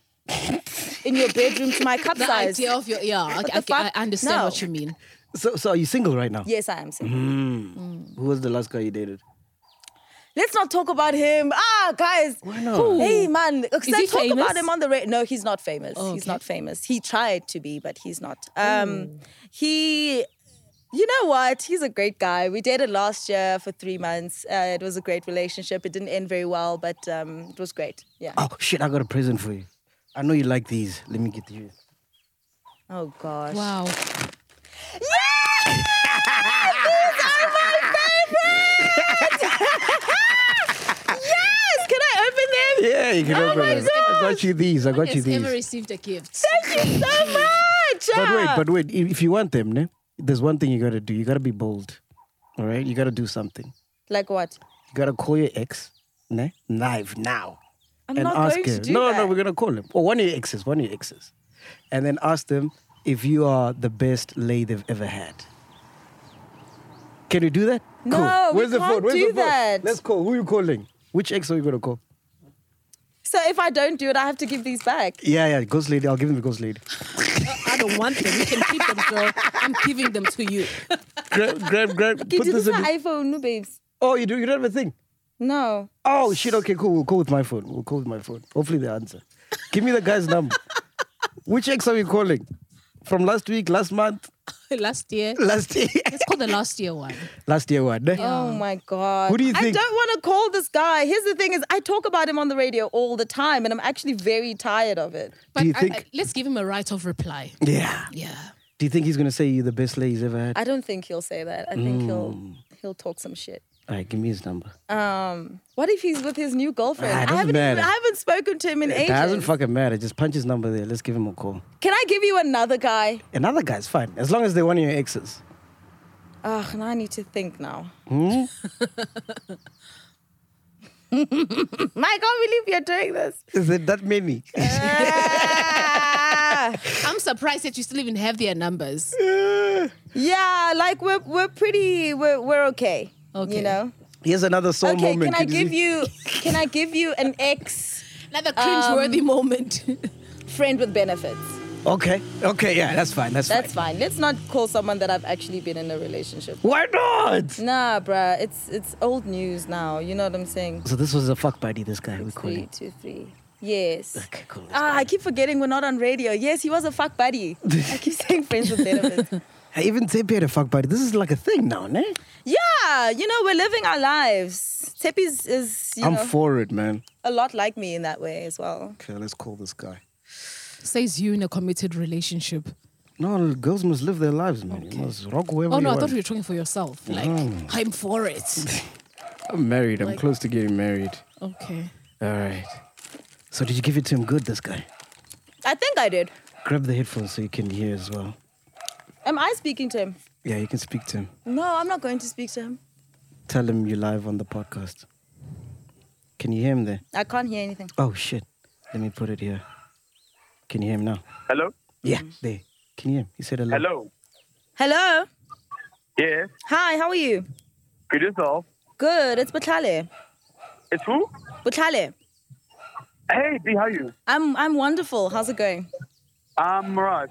[SPEAKER 5] in your bedroom to my cup
[SPEAKER 4] The
[SPEAKER 5] size.
[SPEAKER 4] idea of your yeah, I,
[SPEAKER 5] What
[SPEAKER 4] I,
[SPEAKER 5] the fuck?
[SPEAKER 4] I understand
[SPEAKER 5] No.
[SPEAKER 4] what you mean.
[SPEAKER 3] So, so are you single right now?
[SPEAKER 5] Yes, I am. Single.
[SPEAKER 3] Who was the last guy you dated?
[SPEAKER 5] Let's not talk about him. Ah, guys. Why
[SPEAKER 3] not?
[SPEAKER 5] Hey, man. Let's
[SPEAKER 4] he
[SPEAKER 5] talk about
[SPEAKER 4] famous?
[SPEAKER 5] him on the radio. No, he's not famous. He's
[SPEAKER 4] okay.
[SPEAKER 5] not famous. He tried to be, but he's not. Um, he. You know what? He's a great guy. We dated last year for three months. Uh, it was a great relationship. It didn't end very well, but um, it was great. Yeah.
[SPEAKER 3] Oh shit! I got a present for you. I know you like these. Let me get you.
[SPEAKER 5] Oh gosh.
[SPEAKER 4] Wow.
[SPEAKER 5] Yes, can I open them?
[SPEAKER 3] Yeah, you can
[SPEAKER 5] Oh
[SPEAKER 3] open
[SPEAKER 5] my
[SPEAKER 3] it. I got you these. I got you
[SPEAKER 4] Has
[SPEAKER 3] these.
[SPEAKER 4] ever received a gift?
[SPEAKER 5] Thank you so much.
[SPEAKER 3] But wait,
[SPEAKER 5] Ah.
[SPEAKER 3] but wait. If if you want them, ne? there's one thing you gotta do. You gotta be bold. All right, you gotta do something. You
[SPEAKER 5] like what?
[SPEAKER 3] gotta call your ex, ne? Live now,
[SPEAKER 5] I'm
[SPEAKER 3] and
[SPEAKER 5] not
[SPEAKER 3] ask
[SPEAKER 5] going
[SPEAKER 3] her.
[SPEAKER 5] to do
[SPEAKER 3] no,
[SPEAKER 5] that.
[SPEAKER 3] no, we're gonna call him. Or one of your exes, one of your exes, and then ask them if you are the best lay they've ever had. Can you do that?
[SPEAKER 5] No,
[SPEAKER 3] cool.
[SPEAKER 5] we
[SPEAKER 3] Where's the
[SPEAKER 5] can't
[SPEAKER 3] phone? Where's
[SPEAKER 5] do
[SPEAKER 3] the phone?
[SPEAKER 5] that.
[SPEAKER 3] Let's call. Who are you calling? Which ex are you gonna call?
[SPEAKER 5] So if I don't do it, I have to give these back.
[SPEAKER 3] Yeah, yeah, ghost lady. I'll give him the ghost lady.
[SPEAKER 4] I don't want them. You can keep them, girl. I'm giving them to you.
[SPEAKER 3] grab, grab, grab.
[SPEAKER 5] Can you
[SPEAKER 3] put
[SPEAKER 5] do
[SPEAKER 3] this
[SPEAKER 5] this on
[SPEAKER 3] in.
[SPEAKER 5] iPhone, no, babes?
[SPEAKER 3] oh, you do. You don't have a thing.
[SPEAKER 5] No.
[SPEAKER 3] Oh shit! Okay, cool. We'll call with my phone. We'll call with my phone. Hopefully they answer. Give me the guy's number. Which ex are we calling? From last week, last month,
[SPEAKER 4] Last year.
[SPEAKER 3] last year,
[SPEAKER 4] Let's call the last year one.
[SPEAKER 3] last year one. eh?
[SPEAKER 5] Oh my god.
[SPEAKER 3] Who do you
[SPEAKER 5] I
[SPEAKER 3] think-
[SPEAKER 5] don't want to call this guy. Here's the thing: is I talk about him on the radio all the time, and I'm actually very tired of it.
[SPEAKER 4] But
[SPEAKER 3] you
[SPEAKER 4] I-
[SPEAKER 3] think-
[SPEAKER 4] I, let's give him a right of reply.
[SPEAKER 3] Yeah.
[SPEAKER 4] Yeah.
[SPEAKER 3] Do you think he's gonna say you're the best lay he's ever had?
[SPEAKER 5] I don't think he'll say that. I think
[SPEAKER 3] Mm.
[SPEAKER 5] he'll he'll talk some shit.
[SPEAKER 3] All right, give me his number.
[SPEAKER 5] What if he's with his new girlfriend?
[SPEAKER 3] Ah, it
[SPEAKER 5] I
[SPEAKER 3] doesn't
[SPEAKER 5] haven't even,
[SPEAKER 3] matter.
[SPEAKER 5] I haven't spoken to him in
[SPEAKER 3] It
[SPEAKER 5] ages.
[SPEAKER 3] doesn't fucking matter. Just punch his number there. Let's give him a call.
[SPEAKER 5] Can I give you another guy?
[SPEAKER 3] Another guy's fine as long as they're one of your exes.
[SPEAKER 5] Ugh, now I need to think now.
[SPEAKER 3] Hmm?
[SPEAKER 5] I can't believe you're doing this.
[SPEAKER 3] Is it that many?
[SPEAKER 5] Ah.
[SPEAKER 4] I'm surprised that you still even have their numbers.
[SPEAKER 5] Yeah, like we're we're pretty we're we're okay.
[SPEAKER 4] Okay.
[SPEAKER 5] You know?
[SPEAKER 3] Here's another soul
[SPEAKER 5] okay,
[SPEAKER 3] moment.
[SPEAKER 5] can I
[SPEAKER 3] Could
[SPEAKER 5] give you can I give you an ex
[SPEAKER 4] Another cringe-worthy moment.
[SPEAKER 5] friend with benefits?
[SPEAKER 3] Okay. Okay. Yeah, that's fine. That's,
[SPEAKER 5] That's
[SPEAKER 3] fine.
[SPEAKER 5] fine. Let's not call someone that I've actually been in a relationship. with.
[SPEAKER 3] Why not?
[SPEAKER 5] Nah, bruh, it's it's old news now. You know what I'm saying?
[SPEAKER 3] So this was a fuck buddy. This guy we
[SPEAKER 5] Three,
[SPEAKER 3] calling.
[SPEAKER 5] two, three. Yes.
[SPEAKER 3] Okay, cool. Let's
[SPEAKER 5] Ah, I keep forgetting we're not on radio. Yes, he was a fuck buddy. I keep saying friends with benefits.
[SPEAKER 3] Hey, even Tepe had a fuck buddy. This is like a thing now, ne?
[SPEAKER 5] Yeah, you know we're living our lives. Teppy is, is you
[SPEAKER 3] I'm
[SPEAKER 5] know
[SPEAKER 3] for it, man.
[SPEAKER 5] a lot like me in that way as well.
[SPEAKER 3] Okay, let's call this guy.
[SPEAKER 4] Says you in a committed relationship.
[SPEAKER 3] No, girls must live their lives, man. You must rock whoever
[SPEAKER 4] Oh
[SPEAKER 3] you
[SPEAKER 4] no, I
[SPEAKER 3] want. Mm.
[SPEAKER 4] thought you were talking for yourself. Like I'm for it.
[SPEAKER 3] I'm married. I'm close to getting married.
[SPEAKER 4] Okay.
[SPEAKER 3] All right. So did you give it to him good, this guy?
[SPEAKER 5] I think I did.
[SPEAKER 3] Grab the headphones so you can hear as well.
[SPEAKER 5] Am I speaking to him?
[SPEAKER 3] Yeah, you can speak to him.
[SPEAKER 5] No, I'm not going to speak to him.
[SPEAKER 3] Tell him you're live on the podcast. Can you hear him there?
[SPEAKER 5] I can't hear anything.
[SPEAKER 3] Oh, shit. Let me put it here. Can you hear him now?
[SPEAKER 6] Hello?
[SPEAKER 3] Yeah,
[SPEAKER 4] Mm-hmm.
[SPEAKER 3] there. Can you hear him? He said hello.
[SPEAKER 6] Hello?
[SPEAKER 5] Hello.
[SPEAKER 6] Yeah.
[SPEAKER 5] Hi, how are you?
[SPEAKER 6] Good yourself.
[SPEAKER 5] Good. It's Butale.
[SPEAKER 6] It's who?
[SPEAKER 5] Butale.
[SPEAKER 6] Hey, B, how you?
[SPEAKER 5] I'm I'm wonderful. How's it going?
[SPEAKER 6] I'm Raj.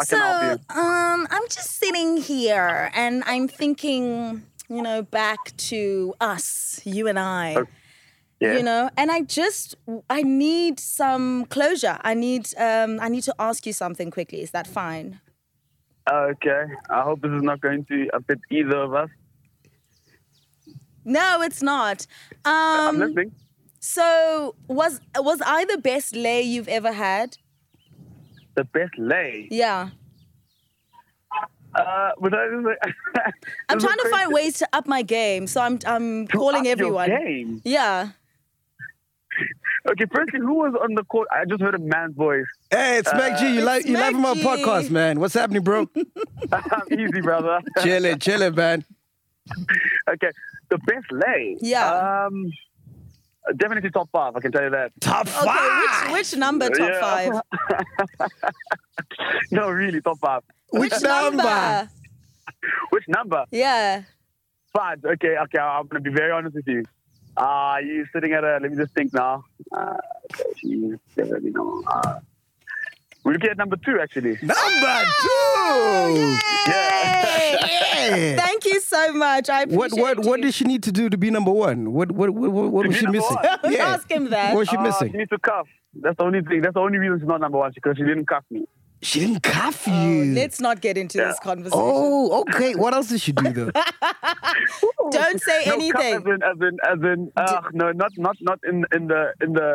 [SPEAKER 6] I
[SPEAKER 5] so,
[SPEAKER 6] can help
[SPEAKER 5] um, I'm just sitting here and I'm thinking, you know, back to us, you and I.
[SPEAKER 6] you. Oh, Yeah.
[SPEAKER 5] you know and i just i need some closure i need um i need to ask you something quickly is that fine
[SPEAKER 6] okay. I hope this is not going to affect either of us.
[SPEAKER 5] no it's not
[SPEAKER 6] I'm
[SPEAKER 5] um
[SPEAKER 6] listening.
[SPEAKER 5] so was was i the best lay you've ever had
[SPEAKER 6] The best lay.
[SPEAKER 5] yeah
[SPEAKER 6] Uh, but I just like,
[SPEAKER 5] I'm trying to find ways to up my game, so I'm I'm calling everyone.
[SPEAKER 6] Your game.
[SPEAKER 5] Yeah.
[SPEAKER 6] Okay, firstly, who was on the call? I just heard a man's voice.
[SPEAKER 3] Hey, it's Mac G. You like you live on my
[SPEAKER 5] Uh, Mac G.
[SPEAKER 3] podcast, man. What's happening, bro?
[SPEAKER 6] Easy, brother.
[SPEAKER 3] chilling, chilling, man.
[SPEAKER 6] okay, the best lay.
[SPEAKER 5] Yeah.
[SPEAKER 6] Um, definitely top five. I can tell you that.
[SPEAKER 3] Top
[SPEAKER 5] Okay,
[SPEAKER 3] five.
[SPEAKER 5] which, which number top
[SPEAKER 6] Yeah.
[SPEAKER 5] five?
[SPEAKER 6] No, really, top five.
[SPEAKER 3] Which, number?
[SPEAKER 6] Which number?
[SPEAKER 5] Yeah.
[SPEAKER 6] Five. Okay, okay. I'm gonna be very honest with you. Uh you sitting at a. Let me just think now. Uh, she's definitely no. Uh, we're looking at number two, actually.
[SPEAKER 3] Number two. Hey.
[SPEAKER 5] Oh, Thank you so much. I
[SPEAKER 3] What
[SPEAKER 5] appreciate
[SPEAKER 3] what what did
[SPEAKER 5] you.
[SPEAKER 3] she need to do to be number one? What what what, what, what
[SPEAKER 6] To
[SPEAKER 3] was
[SPEAKER 6] be
[SPEAKER 3] she
[SPEAKER 6] number
[SPEAKER 3] missing?
[SPEAKER 6] one?
[SPEAKER 5] Ask him that. Oh,
[SPEAKER 3] What was she
[SPEAKER 6] Uh,
[SPEAKER 3] missing?
[SPEAKER 6] She needs to cuff. That's the only thing. That's the only reason she's not number one because she didn't cuff me.
[SPEAKER 3] She didn't cuff you.
[SPEAKER 5] Oh, let's not get into this conversation.
[SPEAKER 3] Oh, okay. What else did she do though?
[SPEAKER 5] Don't say
[SPEAKER 6] Oh, No,
[SPEAKER 5] anything.
[SPEAKER 6] Cuff as in, as in, as in. Uh, no, not not not in in the in the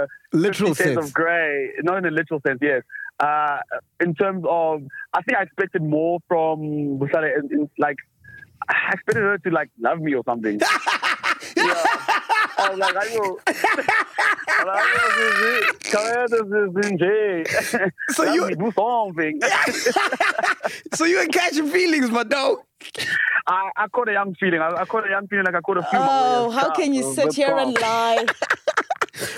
[SPEAKER 3] Literal
[SPEAKER 6] 50
[SPEAKER 3] sense.
[SPEAKER 6] of grey. Not in the literal sense. Yes. Uh, in terms of, I think I expected more from Busale. In, in, like, I expected her to like love me or something. yeah. I was like, I will. I will this is in
[SPEAKER 3] So
[SPEAKER 6] Love
[SPEAKER 3] you-
[SPEAKER 6] me, do something.
[SPEAKER 3] so you ain't catching feelings, my dog.
[SPEAKER 6] I, I caught a young feeling. I, I caught a young feeling like I caught a few.
[SPEAKER 5] Oh, how can you sit here and lie?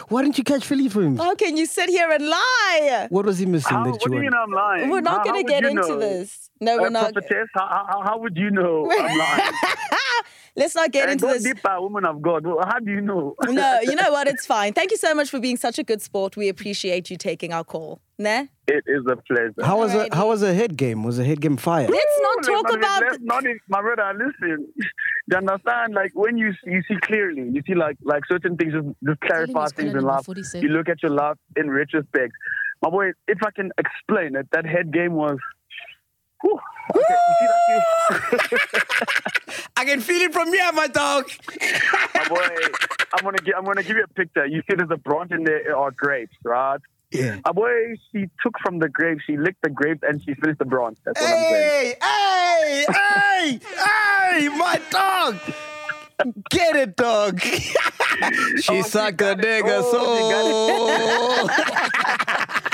[SPEAKER 3] Why didn't you catch feelings for him?
[SPEAKER 5] How can you sit here and lie?
[SPEAKER 3] What was he missing
[SPEAKER 6] How,
[SPEAKER 3] that
[SPEAKER 6] what
[SPEAKER 3] you
[SPEAKER 6] do you mean
[SPEAKER 3] wanted?
[SPEAKER 6] I'm lying?
[SPEAKER 5] We're not
[SPEAKER 6] How-
[SPEAKER 5] going
[SPEAKER 6] how
[SPEAKER 5] to get
[SPEAKER 6] would you
[SPEAKER 5] into
[SPEAKER 6] know?
[SPEAKER 5] this. No, we're
[SPEAKER 6] Uh,
[SPEAKER 5] not.
[SPEAKER 6] prophetess, how, how, how would you know I'm lying?
[SPEAKER 5] Let's not get
[SPEAKER 6] and
[SPEAKER 5] into
[SPEAKER 6] go
[SPEAKER 5] this.
[SPEAKER 6] deeper, woman of God. How do you know?
[SPEAKER 5] No, you know what? It's fine. Thank you so much for being such a good sport. We appreciate you taking our call. Nah?
[SPEAKER 6] It is a pleasure.
[SPEAKER 3] How was a how was a head game? Was a head game fire?
[SPEAKER 5] Let's
[SPEAKER 6] Ooh,
[SPEAKER 5] not talk
[SPEAKER 6] my-
[SPEAKER 5] about.
[SPEAKER 6] let's not even- my brother. Listen, you understand? Like when you you see clearly, you see like like certain things just, just
[SPEAKER 4] him
[SPEAKER 6] clarify
[SPEAKER 4] he's
[SPEAKER 6] things
[SPEAKER 4] gonna
[SPEAKER 6] in
[SPEAKER 4] number
[SPEAKER 6] life.
[SPEAKER 4] 47.
[SPEAKER 6] You look at your life in retrospect. My boy, if I can explain it, that head game was. Whew, okay, you see that you-
[SPEAKER 3] I can feel it from here, my dog.
[SPEAKER 6] my boy, I'm gonna give, I'm gonna give you a picture. You see, there's a branch in there are grapes, right?
[SPEAKER 3] Yeah.
[SPEAKER 6] My boy, she took from the grape, she licked the grape, and she finished the branch. That's what I'm saying.
[SPEAKER 3] Hey, hey, hey, hey, my dog. Get it, dog. Oh, she Oh, suck a nigga so.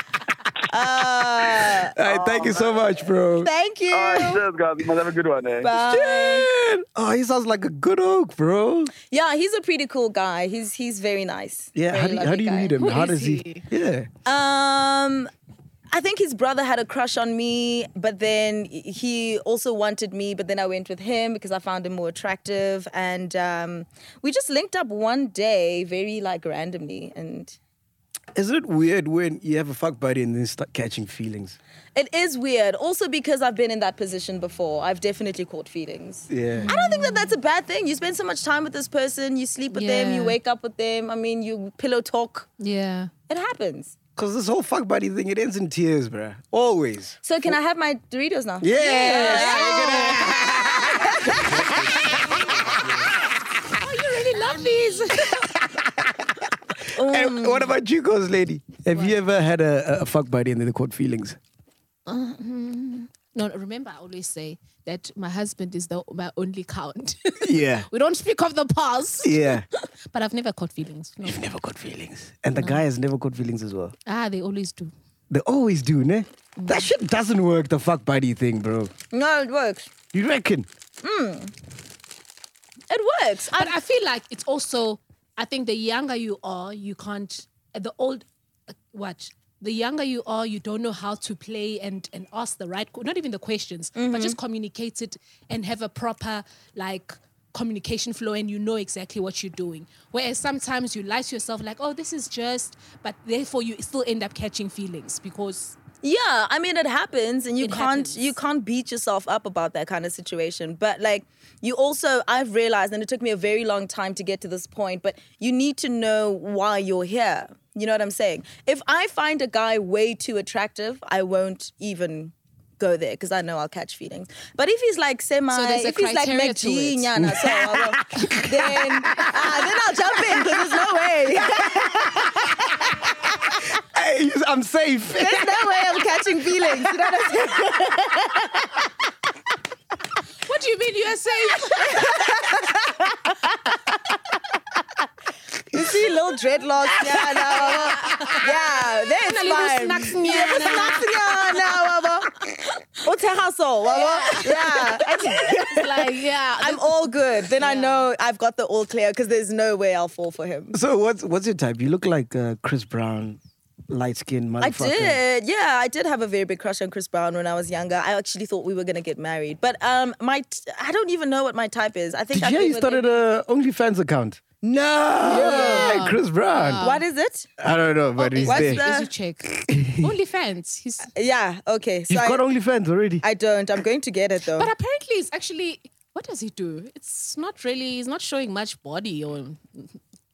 [SPEAKER 5] Uh,
[SPEAKER 3] hey, thank you so much, bro.
[SPEAKER 5] thank you.
[SPEAKER 6] All right, cheers, guys. You must have a good one, eh?
[SPEAKER 5] Bye.
[SPEAKER 3] Man. Oh, he sounds like a good oak, bro.
[SPEAKER 5] Yeah, he's a pretty cool guy. He's he's very nice.
[SPEAKER 3] Yeah,
[SPEAKER 5] Very
[SPEAKER 3] how do, you- how
[SPEAKER 5] lovely
[SPEAKER 3] do you
[SPEAKER 5] guy.
[SPEAKER 3] meet him?
[SPEAKER 4] Who
[SPEAKER 3] how
[SPEAKER 4] is
[SPEAKER 3] does he?
[SPEAKER 4] he?
[SPEAKER 3] Yeah.
[SPEAKER 5] Um, I think his brother had a crush on me, but then he also wanted me. But then I went with him because I found him more attractive, and um, we just linked up one day, very like randomly, and
[SPEAKER 3] Is it weird when you have a fuck buddy and then start catching feelings?
[SPEAKER 5] it is weird. Also because I've been in that position before, I've definitely caught feelings.
[SPEAKER 3] Yeah.
[SPEAKER 5] I don't think that that's a bad thing. You spend so much time with this person, you sleep with them, you
[SPEAKER 4] Yeah.
[SPEAKER 5] wake up with them. I mean, you pillow talk.
[SPEAKER 4] Yeah.
[SPEAKER 5] It happens.
[SPEAKER 3] Because this whole fuck buddy thing, it ends in tears, bruh. Always.
[SPEAKER 5] So can I have my Doritos now?
[SPEAKER 3] Yeah.
[SPEAKER 4] Oh, you really love these.
[SPEAKER 5] Mm.
[SPEAKER 3] And what about you, girls, lady? Have you ever had a, a- a fuck buddy and then they caught feelings?
[SPEAKER 4] no, remember I always say that my husband is the my only count.
[SPEAKER 3] Yeah.
[SPEAKER 4] we don't speak of the past.
[SPEAKER 3] Yeah.
[SPEAKER 4] But I've never caught feelings. No.
[SPEAKER 3] never caught feelings. And
[SPEAKER 5] Mm.
[SPEAKER 3] the guy has never caught feelings as well.
[SPEAKER 4] Ah, they always do.
[SPEAKER 3] They always do, ne? That shit doesn't work, the fuck buddy thing, bro.
[SPEAKER 5] No, it works.
[SPEAKER 3] You reckon?
[SPEAKER 5] It works. I,
[SPEAKER 4] But I feel like it's also. I think the younger you are, you can't. uh, The old, watch. The younger you are, you don't know how to play and and ask the right, not even the questions, but just communicate it and have a proper like communication flow, and you know exactly what you're doing. Whereas sometimes you lie to yourself, like, oh, this is just, but therefore you still end up catching feelings because
[SPEAKER 5] yeah, I mean it happens, and you
[SPEAKER 4] It
[SPEAKER 5] can't
[SPEAKER 4] happens.
[SPEAKER 5] you can't beat yourself up about that kind of situation. But like you also, I've realized, and it took me a very long time to get to this point. But you need to know why you're here. You know what I'm saying? If I find a guy way too attractive, I won't even go there because I know I'll catch feelings. But if he's like semi,
[SPEAKER 4] So there's a
[SPEAKER 5] if he's like
[SPEAKER 4] criteria
[SPEAKER 5] Mac
[SPEAKER 4] to
[SPEAKER 5] G,
[SPEAKER 4] it.
[SPEAKER 5] nyana, so I won't- then ah, then I'll jump in because there's no way,
[SPEAKER 3] Hey, I'm safe.
[SPEAKER 5] there's no way I'm catching feelings. You know what I'm saying?
[SPEAKER 7] mean you are safe?
[SPEAKER 5] You see, little dreadlocks. Yeah, no, yeah, that's
[SPEAKER 4] A little
[SPEAKER 5] fine.
[SPEAKER 4] snacks nyana.
[SPEAKER 5] Yeah,
[SPEAKER 4] It's like, yeah.
[SPEAKER 5] I'm all good. Then I know I've got the all clear because there's no way I'll fall for him.
[SPEAKER 3] So what's what's your type? You look like uh, Chris Brown, light skinned
[SPEAKER 5] I
[SPEAKER 3] motherfucker.
[SPEAKER 5] did. Yeah, I did have a very big crush on Chris Brown when I was younger. I actually thought we were gonna get married, but um, my t- I don't even know what my type is. I
[SPEAKER 3] Did
[SPEAKER 5] think
[SPEAKER 3] you
[SPEAKER 5] I
[SPEAKER 3] hear
[SPEAKER 5] fit
[SPEAKER 3] you started
[SPEAKER 5] with
[SPEAKER 3] a
[SPEAKER 5] it.
[SPEAKER 3] OnlyFans account? No, yeah, Chris Brown.
[SPEAKER 5] What is it?
[SPEAKER 3] I don't know, but he's
[SPEAKER 5] what's
[SPEAKER 3] there.
[SPEAKER 5] the-
[SPEAKER 4] Easy check. Only fans. He's,
[SPEAKER 5] Uh, Yeah. Okay. So
[SPEAKER 3] You've
[SPEAKER 5] I,
[SPEAKER 3] got uh, OnlyFans already.
[SPEAKER 5] I don't. I'm going to get it though.
[SPEAKER 4] but apparently, it's actually. What does he do? It's not really. He's not showing much body or.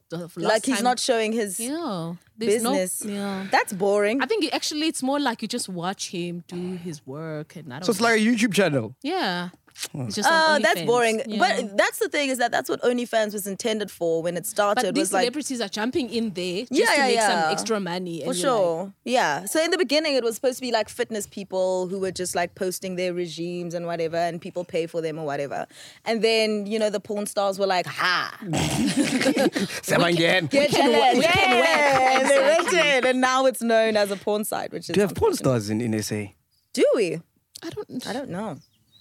[SPEAKER 4] the last
[SPEAKER 5] like he's
[SPEAKER 4] time-
[SPEAKER 5] not showing his
[SPEAKER 4] Yeah. There's no-
[SPEAKER 5] business.
[SPEAKER 4] yeah.
[SPEAKER 5] That's boring.
[SPEAKER 4] I think it actually it's more like you just watch him do his work and I don't
[SPEAKER 3] so it's like a YouTube channel.
[SPEAKER 4] Yeah. It's just
[SPEAKER 5] Oh,
[SPEAKER 4] on
[SPEAKER 5] that's
[SPEAKER 4] OnlyFans.
[SPEAKER 5] boring.
[SPEAKER 4] Yeah.
[SPEAKER 5] But that's the thing is that that's what OnlyFans was intended for when it started.
[SPEAKER 4] but these
[SPEAKER 5] was like
[SPEAKER 4] celebrities are jumping in there just
[SPEAKER 5] Yeah,
[SPEAKER 4] to
[SPEAKER 5] yeah,
[SPEAKER 4] make
[SPEAKER 5] yeah.
[SPEAKER 4] some extra money.
[SPEAKER 5] for
[SPEAKER 4] and you're like,
[SPEAKER 5] sure, yeah. So in the beginning, it was supposed to be like fitness people who were just like posting their regimes and whatever, and people pay for them or whatever. And then you know the porn stars were like, ha,
[SPEAKER 3] Seven again.
[SPEAKER 5] get
[SPEAKER 4] can work, we
[SPEAKER 5] yeah.
[SPEAKER 4] can work.
[SPEAKER 5] And they went in, and now it's known as a porn site, which is
[SPEAKER 3] Do you have porn stars in, in SA?
[SPEAKER 5] do we?
[SPEAKER 4] I don't
[SPEAKER 5] I don't know.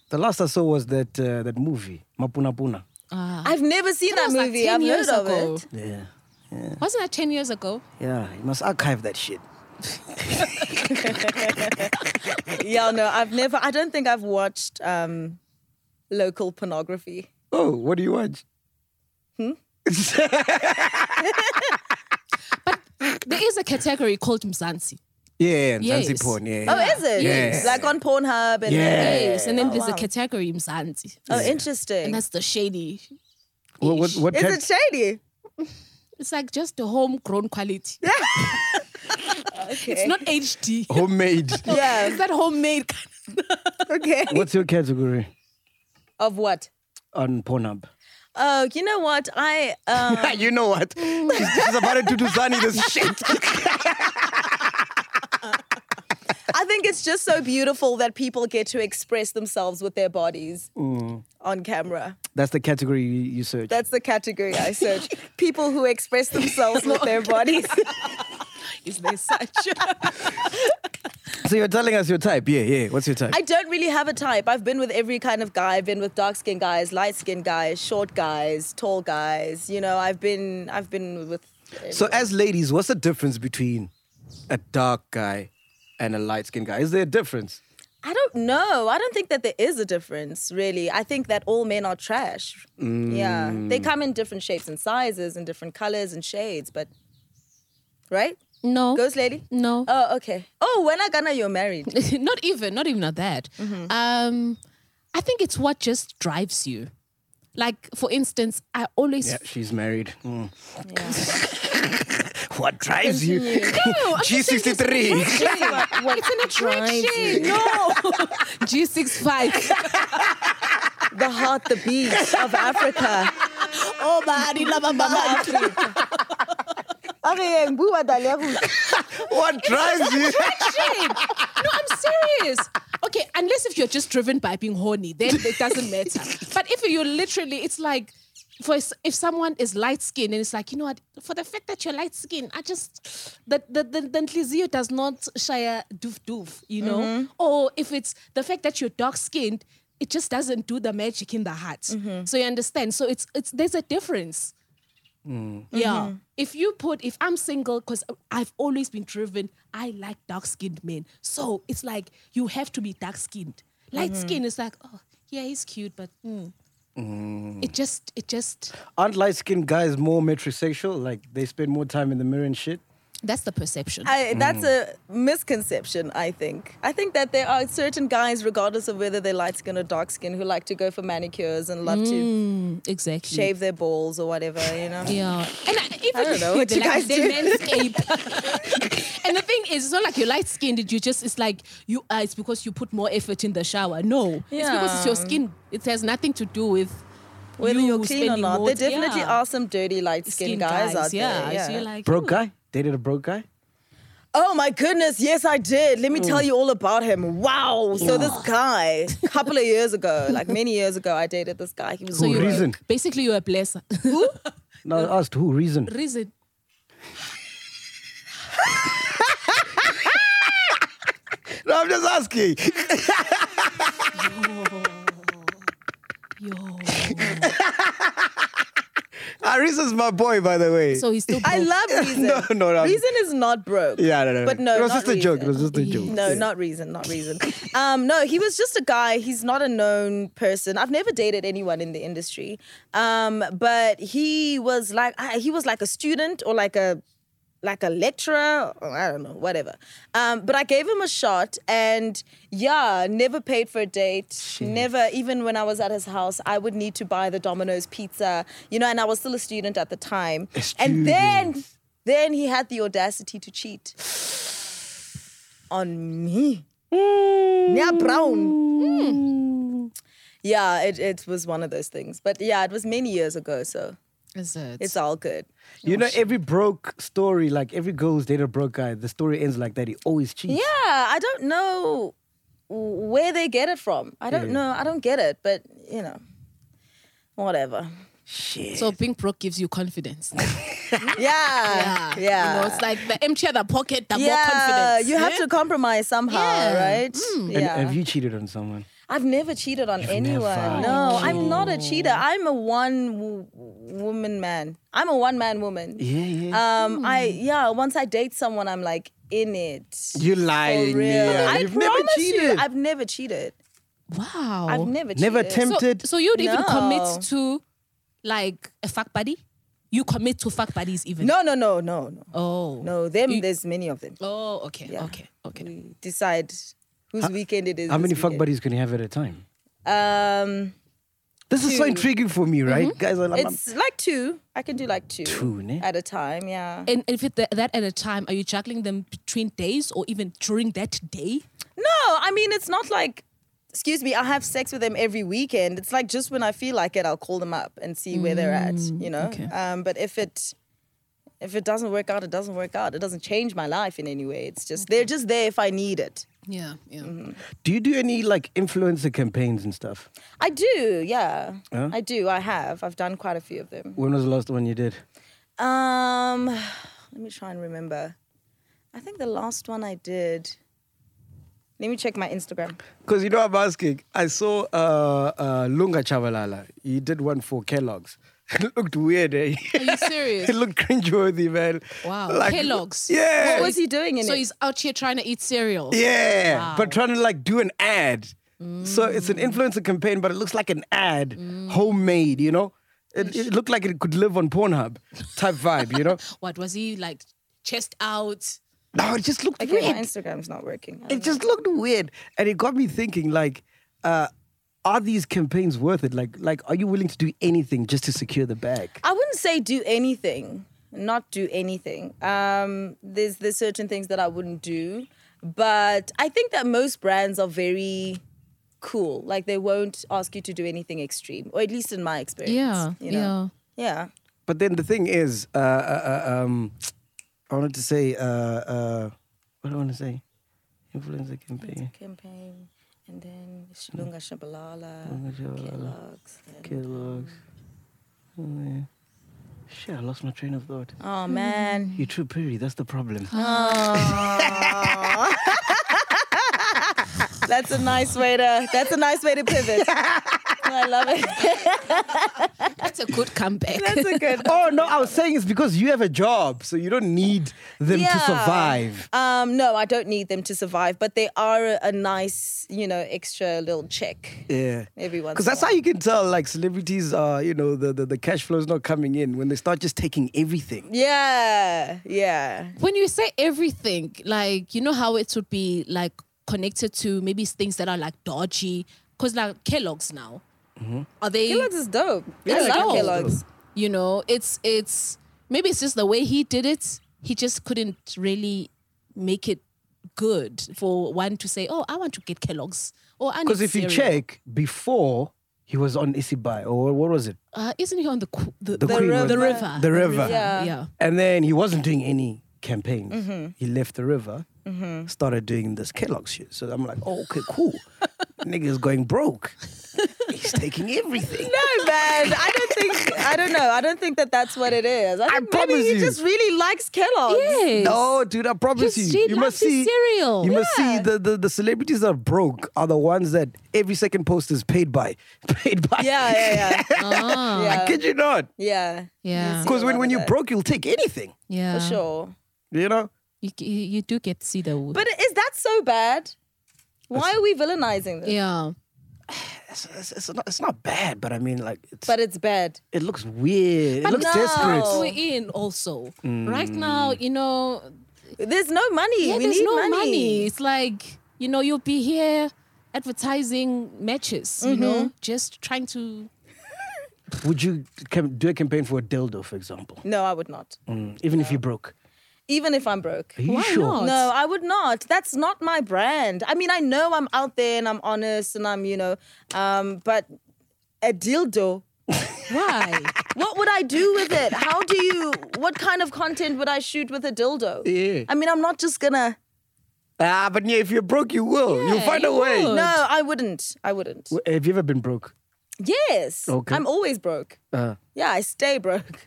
[SPEAKER 3] The last I saw was that uh, that movie Mapuna Puna.
[SPEAKER 5] I've never seen that,
[SPEAKER 4] was like
[SPEAKER 5] movie.
[SPEAKER 4] 10
[SPEAKER 5] I've
[SPEAKER 4] years
[SPEAKER 5] heard of
[SPEAKER 4] ago.
[SPEAKER 5] it.
[SPEAKER 3] Yeah,
[SPEAKER 4] Wasn't that 10 years ago?
[SPEAKER 3] yeah. You must archive that shit.
[SPEAKER 5] Yeah, no, I've never. I don't think I've watched um, local pornography.
[SPEAKER 3] Oh, what do you watch?
[SPEAKER 4] There is a category called Mzansi.
[SPEAKER 3] Yeah, yeah,
[SPEAKER 4] Yes.
[SPEAKER 3] Zanzi porn. Yeah.
[SPEAKER 5] Oh, is it?
[SPEAKER 3] Yes.
[SPEAKER 5] Like on Pornhub and
[SPEAKER 3] Yeah.
[SPEAKER 4] Yes, and then there's a category Mzansi.
[SPEAKER 5] Oh, interesting.
[SPEAKER 4] And that's the shady.
[SPEAKER 3] What, what, what type-
[SPEAKER 5] Is it shady?
[SPEAKER 4] It's like just the homegrown quality. It's not HD.
[SPEAKER 3] homemade?
[SPEAKER 4] It's
[SPEAKER 5] Yeah.
[SPEAKER 4] that homemade kind of
[SPEAKER 5] okay.
[SPEAKER 3] What's your category
[SPEAKER 5] Of what?
[SPEAKER 3] on Pornhub?
[SPEAKER 5] Oh, you know what? I um,
[SPEAKER 3] you know what? She's, she's about to do to Sunny this shit.
[SPEAKER 5] I think it's just so beautiful that people get to express themselves with their bodies
[SPEAKER 4] Mm.
[SPEAKER 5] on camera.
[SPEAKER 3] That's the category you, you search.
[SPEAKER 5] That's the category I search. people who express themselves with their bodies.
[SPEAKER 4] is there such?
[SPEAKER 3] so you're telling us your type. Yeah, yeah. What's your type?
[SPEAKER 5] I don't really have a type. I've been with every kind of guy. I've been with dark skinned guys, light skinned guys, short guys, tall guys. You know, I've been I've been with
[SPEAKER 3] so as ladies, what's the difference between a dark guy and a light skinned guy? Is there a difference?
[SPEAKER 5] I don't know. I don't think that there is a difference, really. I think that all men are trash. Yeah.
[SPEAKER 4] Mm.
[SPEAKER 5] They come in different shapes and sizes and different colors and shades, but right?
[SPEAKER 4] No.
[SPEAKER 5] Ghost lady?
[SPEAKER 4] No.
[SPEAKER 5] Oh, okay. Oh, when I gonna you're married.
[SPEAKER 4] not even, not even at that. Um, I think it's what just drives you. Like, for instance, I always
[SPEAKER 3] Yeah, she's married. Mm. what drives you?
[SPEAKER 4] No, I'm just saying it's an
[SPEAKER 3] G63.
[SPEAKER 4] attraction. it's an attraction. No. G65.
[SPEAKER 5] the heart, the beat of Africa.
[SPEAKER 4] Oh, body, love, mama.
[SPEAKER 5] Okay, Mbuba Dalehu.
[SPEAKER 3] What drives you?
[SPEAKER 4] Shame. No, I'm serious. Okay, unless if you're just driven by being horny, then it doesn't matter. But if you literally, it's like, for s- if someone is light skinned and it's like, you know what, for the fact that you're light skinned, I just, the, the, the, the Ntlizio does not shire doof doof, you know? Or if it's the fact that you're dark skinned, it just doesn't do the magic in the heart. So you understand? So it's, it's there's a difference. Yeah.
[SPEAKER 5] Mm-hmm.
[SPEAKER 4] If you put, if I'm single, because I've always been driven, I like dark skinned men. So it's like you have to be dark skinned. Light
[SPEAKER 5] Mm-hmm.
[SPEAKER 4] skin is like, oh, yeah, he's cute, but mm. it just, it just,
[SPEAKER 3] Aren't light skinned guys more metrosexual? Like they spend more time in the mirror and shit?
[SPEAKER 4] that's the perception.
[SPEAKER 5] I, that's a misconception, I think. I think that there are certain guys, regardless of whether they're light skinned or dark skinned, who like to go for manicures and love to
[SPEAKER 4] exactly.
[SPEAKER 5] shave their balls or whatever, you know?
[SPEAKER 4] Mm. Yeah. And I, even
[SPEAKER 5] don't know what
[SPEAKER 4] they
[SPEAKER 5] you
[SPEAKER 4] like-
[SPEAKER 5] guys
[SPEAKER 4] they
[SPEAKER 5] do.
[SPEAKER 4] manscape. and the thing is, it's not like you're light skinned. You just, it's like you, uh, it's because you put more effort in the shower. No, it's because it's your skin. It has nothing to do with
[SPEAKER 5] whether
[SPEAKER 4] you
[SPEAKER 5] you are clean or
[SPEAKER 4] spending
[SPEAKER 5] not.
[SPEAKER 4] more
[SPEAKER 5] There
[SPEAKER 4] t-
[SPEAKER 5] definitely
[SPEAKER 4] yeah.
[SPEAKER 5] are some dirty light skinned guys, out
[SPEAKER 4] yeah.
[SPEAKER 5] there. Yeah.
[SPEAKER 4] So you're like,
[SPEAKER 3] Broke guy? Dated a broke guy?
[SPEAKER 5] Oh my goodness, yes, I did. Let me tell
[SPEAKER 3] Mm.
[SPEAKER 5] you all about him. Wow. So, this guy, a couple of years ago, like many years ago, I dated this guy. He was
[SPEAKER 4] So
[SPEAKER 3] Who?
[SPEAKER 4] you
[SPEAKER 3] Reason.
[SPEAKER 4] basically you're a blesser.
[SPEAKER 3] Now I asked who reason.
[SPEAKER 4] Reason.
[SPEAKER 3] No, I'm just asking.
[SPEAKER 4] Yo.
[SPEAKER 3] Ah, reason's my boy, by the way.
[SPEAKER 4] So he's still
[SPEAKER 5] I
[SPEAKER 4] broke.
[SPEAKER 5] love Reason.
[SPEAKER 3] No, no, no.
[SPEAKER 5] Reason is not broke.
[SPEAKER 3] yeah, no, no, no.
[SPEAKER 5] But no,
[SPEAKER 3] it was
[SPEAKER 5] not
[SPEAKER 3] just a joke. It
[SPEAKER 5] Reason.
[SPEAKER 3] was just a joke.
[SPEAKER 5] No, not reason, not reason. Um, no, he was just a guy. He's not a known person. I've never dated anyone in the industry. Um, but he was like I- he was like a student or like a like a lecturer. Or I don't know, whatever. Um, but I gave him a shot, and yeah, never paid for a date. Never, even when I was at his house, I would need to buy the Domino's pizza, you know. And I was still a student at the time. And then, then he had the audacity to cheat on me. Yeah, brown. Mm. Yeah, it, it was one of those things. But yeah, it was many years ago, so
[SPEAKER 4] Is it?
[SPEAKER 5] it's all good.
[SPEAKER 3] You
[SPEAKER 5] Oh,
[SPEAKER 3] know, every broke story, like every girl's dated a broke guy, the story ends like that. He always cheats.
[SPEAKER 5] Yeah, I don't know where they get it from. I
[SPEAKER 4] Mm.
[SPEAKER 5] don't know. I don't get it, but you know, whatever.
[SPEAKER 4] So being broke gives you confidence.
[SPEAKER 5] Yeah, yeah.
[SPEAKER 4] You know, it's like the emptier the pocket, the more
[SPEAKER 5] Yeah,
[SPEAKER 4] confidence.
[SPEAKER 5] you have
[SPEAKER 4] eh?
[SPEAKER 5] to compromise somehow,
[SPEAKER 4] Yeah. Mm.
[SPEAKER 5] right?
[SPEAKER 3] And
[SPEAKER 5] Yeah.
[SPEAKER 3] have you cheated on someone?
[SPEAKER 5] I've never cheated on anyone.
[SPEAKER 3] never Oh.
[SPEAKER 5] No, I'm not a cheater. I'm a one w- woman man. I'm a one man woman.
[SPEAKER 3] Yeah, Hmm. yeah.
[SPEAKER 5] Um, I yeah. Once I date someone, I'm like in it.
[SPEAKER 3] you
[SPEAKER 5] For
[SPEAKER 3] lying.
[SPEAKER 5] real.
[SPEAKER 3] Yeah.
[SPEAKER 5] I
[SPEAKER 3] You've never
[SPEAKER 5] promise
[SPEAKER 3] cheated. Oh.
[SPEAKER 5] you, I've never cheated.
[SPEAKER 4] Wow.
[SPEAKER 5] I've never cheated.
[SPEAKER 3] Never
[SPEAKER 4] so,
[SPEAKER 3] tempted.
[SPEAKER 4] so you'd even
[SPEAKER 5] No.
[SPEAKER 4] commit to like a fuck buddy? You commit to fuck buddies even?
[SPEAKER 5] No, no, no, no, no.
[SPEAKER 4] Oh.
[SPEAKER 5] No, them.
[SPEAKER 4] You-
[SPEAKER 5] there's many of them.
[SPEAKER 4] Oh, okay.
[SPEAKER 5] Yeah. Mm.
[SPEAKER 4] Okay. Okay.
[SPEAKER 5] We decide whose weekend it is.
[SPEAKER 3] How
[SPEAKER 5] this
[SPEAKER 3] many fuck
[SPEAKER 5] weekend.
[SPEAKER 3] buddies can you have at a time?
[SPEAKER 5] Um,
[SPEAKER 3] This is so intriguing for me, right? Guys, I'm, I'm,
[SPEAKER 5] Mm-hmm. it's like two. I can do like two.
[SPEAKER 3] Two, ne?
[SPEAKER 5] at a time. Yeah.
[SPEAKER 4] And if it, that at a time, are you juggling them between days or even during that day?
[SPEAKER 5] No, I mean it's not like excuse me, I have sex with them every weekend. It's like just when I feel like it, I'll call them up and see where they're at,
[SPEAKER 3] Mm,
[SPEAKER 5] you know? Um, but if it if it doesn't work out, it doesn't work out. It doesn't change my life in any way. It's just they're just there if I need it.
[SPEAKER 4] Yeah. Yeah.
[SPEAKER 3] do you do any like influencer campaigns and stuff?
[SPEAKER 5] I do, yeah. I do. I have. I've done quite a few of them.
[SPEAKER 3] When was the last one you did?
[SPEAKER 5] Um let me try and remember. I think the last one I did. Let me check my Instagram.
[SPEAKER 3] Because you know I'm asking. I saw uh, uh, Lunga Chavalala. He did one for Kellogg's. It looked weird, eh?
[SPEAKER 4] Are you serious?
[SPEAKER 3] it looked cringeworthy, man.
[SPEAKER 4] Wow. Kellogg's.
[SPEAKER 3] Yeah.
[SPEAKER 5] What was he doing in
[SPEAKER 4] so
[SPEAKER 5] it?
[SPEAKER 4] he's out here trying to eat cereal.
[SPEAKER 3] Yeah, but trying to like do an ad. So it's an influencer campaign, but it looks like an ad, homemade. You know, it, it looked like it could live on Pornhub type vibe. You know,
[SPEAKER 4] What was he like? Chest out.
[SPEAKER 3] no, it just looked
[SPEAKER 5] okay, my
[SPEAKER 3] weird.
[SPEAKER 5] Instagram's not working. I
[SPEAKER 3] It just looked weird, and it got me thinking. Like, uh, are these campaigns worth it? Like, like are you willing to do anything just to secure the bag?
[SPEAKER 5] I wouldn't say do anything, not do anything. Um, there's there's certain things that I wouldn't do, but I think that most brands are very cool. Like they won't ask you to do anything extreme, or at least in my experience. you know? yeah,
[SPEAKER 3] But then the thing is, uh, uh, uh, um, I wanted to say, uh, uh, what do I want to say? Influencer campaign.
[SPEAKER 5] Campaign, and then Shilunga Shabalala, Kellogg's.
[SPEAKER 3] Kellogg's. Oh, yeah. Shit, I lost my train of thought.
[SPEAKER 5] Oh man,
[SPEAKER 3] You true Piri, that's the problem.
[SPEAKER 5] that's a nice way to that's a nice way to pivot. I love it.
[SPEAKER 4] That's a good comeback.
[SPEAKER 5] that's a good.
[SPEAKER 3] oh no, I was saying it's because you have a job, so you don't need them to
[SPEAKER 5] Yeah.
[SPEAKER 3] survive.
[SPEAKER 5] Um, no, I don't need them to survive, but they are a, a nice, you know, extra little check
[SPEAKER 3] Yeah.
[SPEAKER 5] every once.
[SPEAKER 3] Because that's how you can tell, like, celebrities are, you know, the, the, the cash flow is not coming in when they start just taking everything.
[SPEAKER 5] Yeah, yeah.
[SPEAKER 4] when you say everything, like you know how it would be like connected to maybe things that are like dodgy, because like Kellogg's now, are they?
[SPEAKER 5] Mm-hmm. Kellogg's is dope. I
[SPEAKER 4] it's
[SPEAKER 5] love
[SPEAKER 4] dope.
[SPEAKER 5] Kellogg's.
[SPEAKER 4] You know, it's it's maybe it's just the way he did it. He just couldn't really make it good for one to say, "Oh, I want to get Kellogg's." Or I need
[SPEAKER 3] Because if you
[SPEAKER 4] cereal."
[SPEAKER 3] check, before he was on Isibai, or what was it?
[SPEAKER 4] uh, isn't he on the qu- the,
[SPEAKER 3] The
[SPEAKER 4] the,
[SPEAKER 3] Queen was-
[SPEAKER 4] river?
[SPEAKER 3] The River.
[SPEAKER 4] yeah.
[SPEAKER 3] And then he wasn't doing any campaign,
[SPEAKER 5] Mm-hmm.
[SPEAKER 3] he left the river, started doing this Kellogg shit. So I'm like, oh, okay, cool. Nigga's going broke. He's taking everything.
[SPEAKER 5] No, man. I don't think. I don't know. I don't think that that's what it is. I, think maybe
[SPEAKER 3] promise
[SPEAKER 5] he
[SPEAKER 3] you.
[SPEAKER 5] just really likes Kellogg's.
[SPEAKER 4] Yes.
[SPEAKER 3] No, dude, I promise
[SPEAKER 4] His
[SPEAKER 3] you.
[SPEAKER 4] street
[SPEAKER 3] You must
[SPEAKER 4] loves
[SPEAKER 3] see
[SPEAKER 4] his cereal.
[SPEAKER 3] You must see
[SPEAKER 5] Yeah.
[SPEAKER 3] the, the, the celebrities that are broke are the ones that every second post is paid by. Paid by.
[SPEAKER 5] Yeah, yeah, yeah.
[SPEAKER 4] Ah,
[SPEAKER 5] Yeah.
[SPEAKER 3] I kid you not.
[SPEAKER 5] yeah.
[SPEAKER 4] yeah,
[SPEAKER 3] Because when, when
[SPEAKER 5] of
[SPEAKER 3] you're
[SPEAKER 5] that.
[SPEAKER 3] broke, you'll take anything.
[SPEAKER 4] yeah.
[SPEAKER 5] For sure.
[SPEAKER 3] You know?
[SPEAKER 4] You, you, you do get to see the wood.
[SPEAKER 5] But is that so bad? Why are we villainizing this?
[SPEAKER 4] yeah,
[SPEAKER 3] It's, it's, it's, not, it's not bad, but I mean, like, it's,
[SPEAKER 5] But it's bad.
[SPEAKER 3] it looks weird. It
[SPEAKER 4] But
[SPEAKER 3] looks
[SPEAKER 5] no.
[SPEAKER 3] desperate.
[SPEAKER 5] Oh.
[SPEAKER 4] we're in also right now. You know,
[SPEAKER 5] There's no money.
[SPEAKER 4] yeah,
[SPEAKER 5] we
[SPEAKER 4] there's
[SPEAKER 5] need
[SPEAKER 4] no money.
[SPEAKER 5] money.
[SPEAKER 4] It's like you know, you'll be here advertising matches. You know, just trying to.
[SPEAKER 3] Would you cam- do a campaign for a dildo, for example? Mm,
[SPEAKER 5] No, I would not.
[SPEAKER 3] Even if you're broke.
[SPEAKER 5] Even if I'm broke.
[SPEAKER 3] Are you
[SPEAKER 4] Why
[SPEAKER 3] sure?
[SPEAKER 4] not?
[SPEAKER 5] No, I would not. That's not my brand. I mean, I know I'm out there and I'm honest and I'm, you know, um, but a dildo.
[SPEAKER 4] Why?
[SPEAKER 5] What would I do with it? How do you? What kind of content would I shoot with a dildo?
[SPEAKER 3] Yeah.
[SPEAKER 5] I mean, I'm not just gonna.
[SPEAKER 3] Ah, but yeah, if you're broke, you will. You'll
[SPEAKER 4] Yeah,
[SPEAKER 3] find a
[SPEAKER 4] you
[SPEAKER 3] way.
[SPEAKER 4] would.
[SPEAKER 5] No, I wouldn't. I wouldn't.
[SPEAKER 3] W- Have you ever been broke?
[SPEAKER 5] Yes.
[SPEAKER 3] Okay.
[SPEAKER 5] I'm always broke.
[SPEAKER 3] Uh.
[SPEAKER 5] Yeah, I stay broke.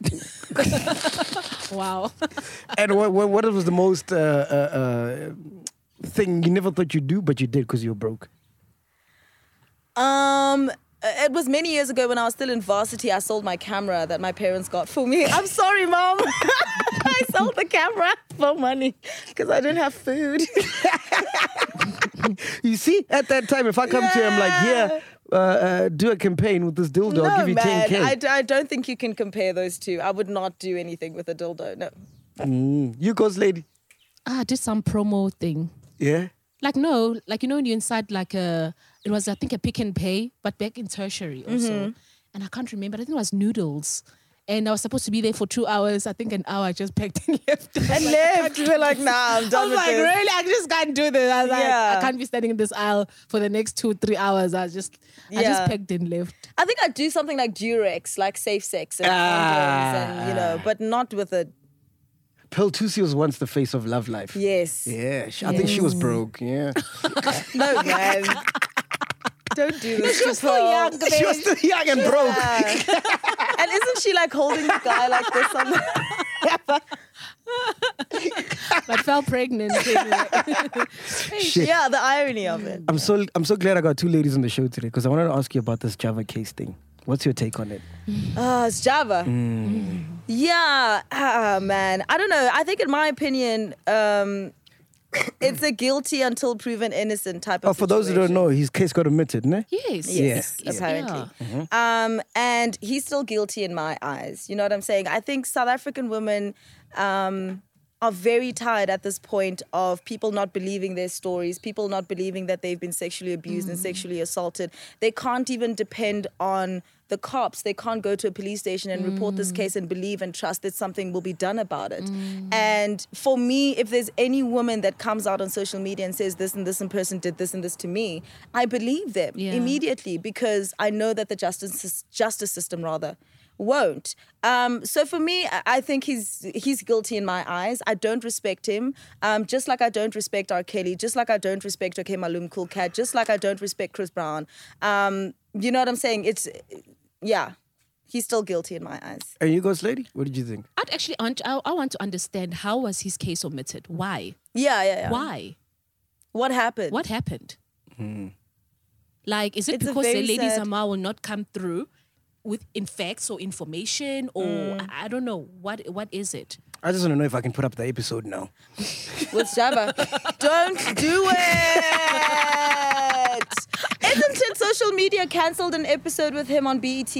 [SPEAKER 4] wow.
[SPEAKER 3] And what, what, what was the most uh, uh, uh, thing you never thought you'd do, but you did because you were broke?
[SPEAKER 5] Um, it was many years ago when I was still in varsity. I sold my camera that my parents got for me. I'm sorry, mom. I sold the camera for money because I didn't have food.
[SPEAKER 3] You see, at that time, if I come to you, I'm like, yeah, uh, uh, do a campaign with this dildo. I'll give you
[SPEAKER 5] man,
[SPEAKER 3] 10K.
[SPEAKER 5] I, d- I don't think you can compare those two. I would not do anything with a dildo. No.
[SPEAKER 3] You goes, lady.
[SPEAKER 4] Ah, I did some promo thing.
[SPEAKER 3] Yeah.
[SPEAKER 4] Like no, like you know, when you're inside like a it was I think a pick and pay, but back in tertiary also.
[SPEAKER 5] Mm-hmm.
[SPEAKER 4] And I can't remember. I think it was noodles. And I was supposed to be there for two hours. I think an hour I just packed and left. I was
[SPEAKER 5] And
[SPEAKER 4] like,
[SPEAKER 5] left. We're like, nah, I'm
[SPEAKER 4] I was
[SPEAKER 5] done with
[SPEAKER 4] like,
[SPEAKER 5] this.
[SPEAKER 4] really? I just can't do this. I was like,
[SPEAKER 5] Yeah.
[SPEAKER 4] I can't be standing in this aisle for the next two, three hours. I just I
[SPEAKER 5] Yeah.
[SPEAKER 4] just packed and left.
[SPEAKER 5] I think I'd do something like Durex, like safe sex
[SPEAKER 3] Ah.
[SPEAKER 5] and condoms and, you know, but not with a,
[SPEAKER 3] Pearl Tusi was once the face of Love Life.
[SPEAKER 5] yes.
[SPEAKER 3] Yeah, she, I think she was broke. Yeah.
[SPEAKER 5] No, man. don't do this. She was
[SPEAKER 4] still young,
[SPEAKER 3] she was still young and broke.
[SPEAKER 5] and isn't she like holding the guy like this on the
[SPEAKER 4] But fell pregnant.
[SPEAKER 5] Yeah, the irony of it.
[SPEAKER 3] I'm so I'm so glad I got two ladies on the show today because I wanted to ask you about this Java case thing. What's your take on it?
[SPEAKER 5] Ah, it's Java.
[SPEAKER 3] Mm.
[SPEAKER 5] Yeah, ah, man. I don't know. I think in my opinion, um, it's a guilty until proven innocent type of
[SPEAKER 3] Oh, for those who don't
[SPEAKER 5] situation.
[SPEAKER 3] know, his case got omitted, ne?
[SPEAKER 4] yes.
[SPEAKER 5] Yes,
[SPEAKER 3] Yeah. Mm-hmm.
[SPEAKER 5] apparently. Um, and he's still guilty in my eyes. You know what I'm saying? I think South African women um, are very tired at this point of people not believing their stories, people not believing that they've been sexually abused
[SPEAKER 3] Mm.
[SPEAKER 5] and sexually assaulted. They can't even depend on the cops. They can't go to a police station and report
[SPEAKER 3] Mm.
[SPEAKER 5] this case and believe and trust that something will be done about it. And for me, if there's any woman that comes out on social media and says this and this and person did this and this to me, I believe them
[SPEAKER 4] Yeah.
[SPEAKER 5] immediately immediately because I know that the justice sys- justice system rather won't. Um, so for me, I- I think he's he's guilty in my eyes. I don't respect him, um, just like I don't respect R. Kelly, just like I don't respect OK Malum Cool Cat, just like I don't respect Chris Brown. Um, you know what I'm saying? It's yeah, he's still guilty in my eyes.
[SPEAKER 3] And you guys, lady, what did you think?
[SPEAKER 4] I'd actually want- I, I want to understand how was his case omitted? Why?
[SPEAKER 5] Yeah, yeah, yeah.
[SPEAKER 4] Why?
[SPEAKER 5] What happened?
[SPEAKER 4] What happened? Like, is it
[SPEAKER 5] It's a
[SPEAKER 4] because the
[SPEAKER 5] very
[SPEAKER 4] lady
[SPEAKER 5] sad-
[SPEAKER 4] Zama will not come through with in facts or information or
[SPEAKER 5] Hmm.
[SPEAKER 4] I, I don't know what what is it?
[SPEAKER 3] I just want to know if I can put up the episode now.
[SPEAKER 5] with Jabba. Don't do it. Isn't it social media cancelled an episode with him on BET?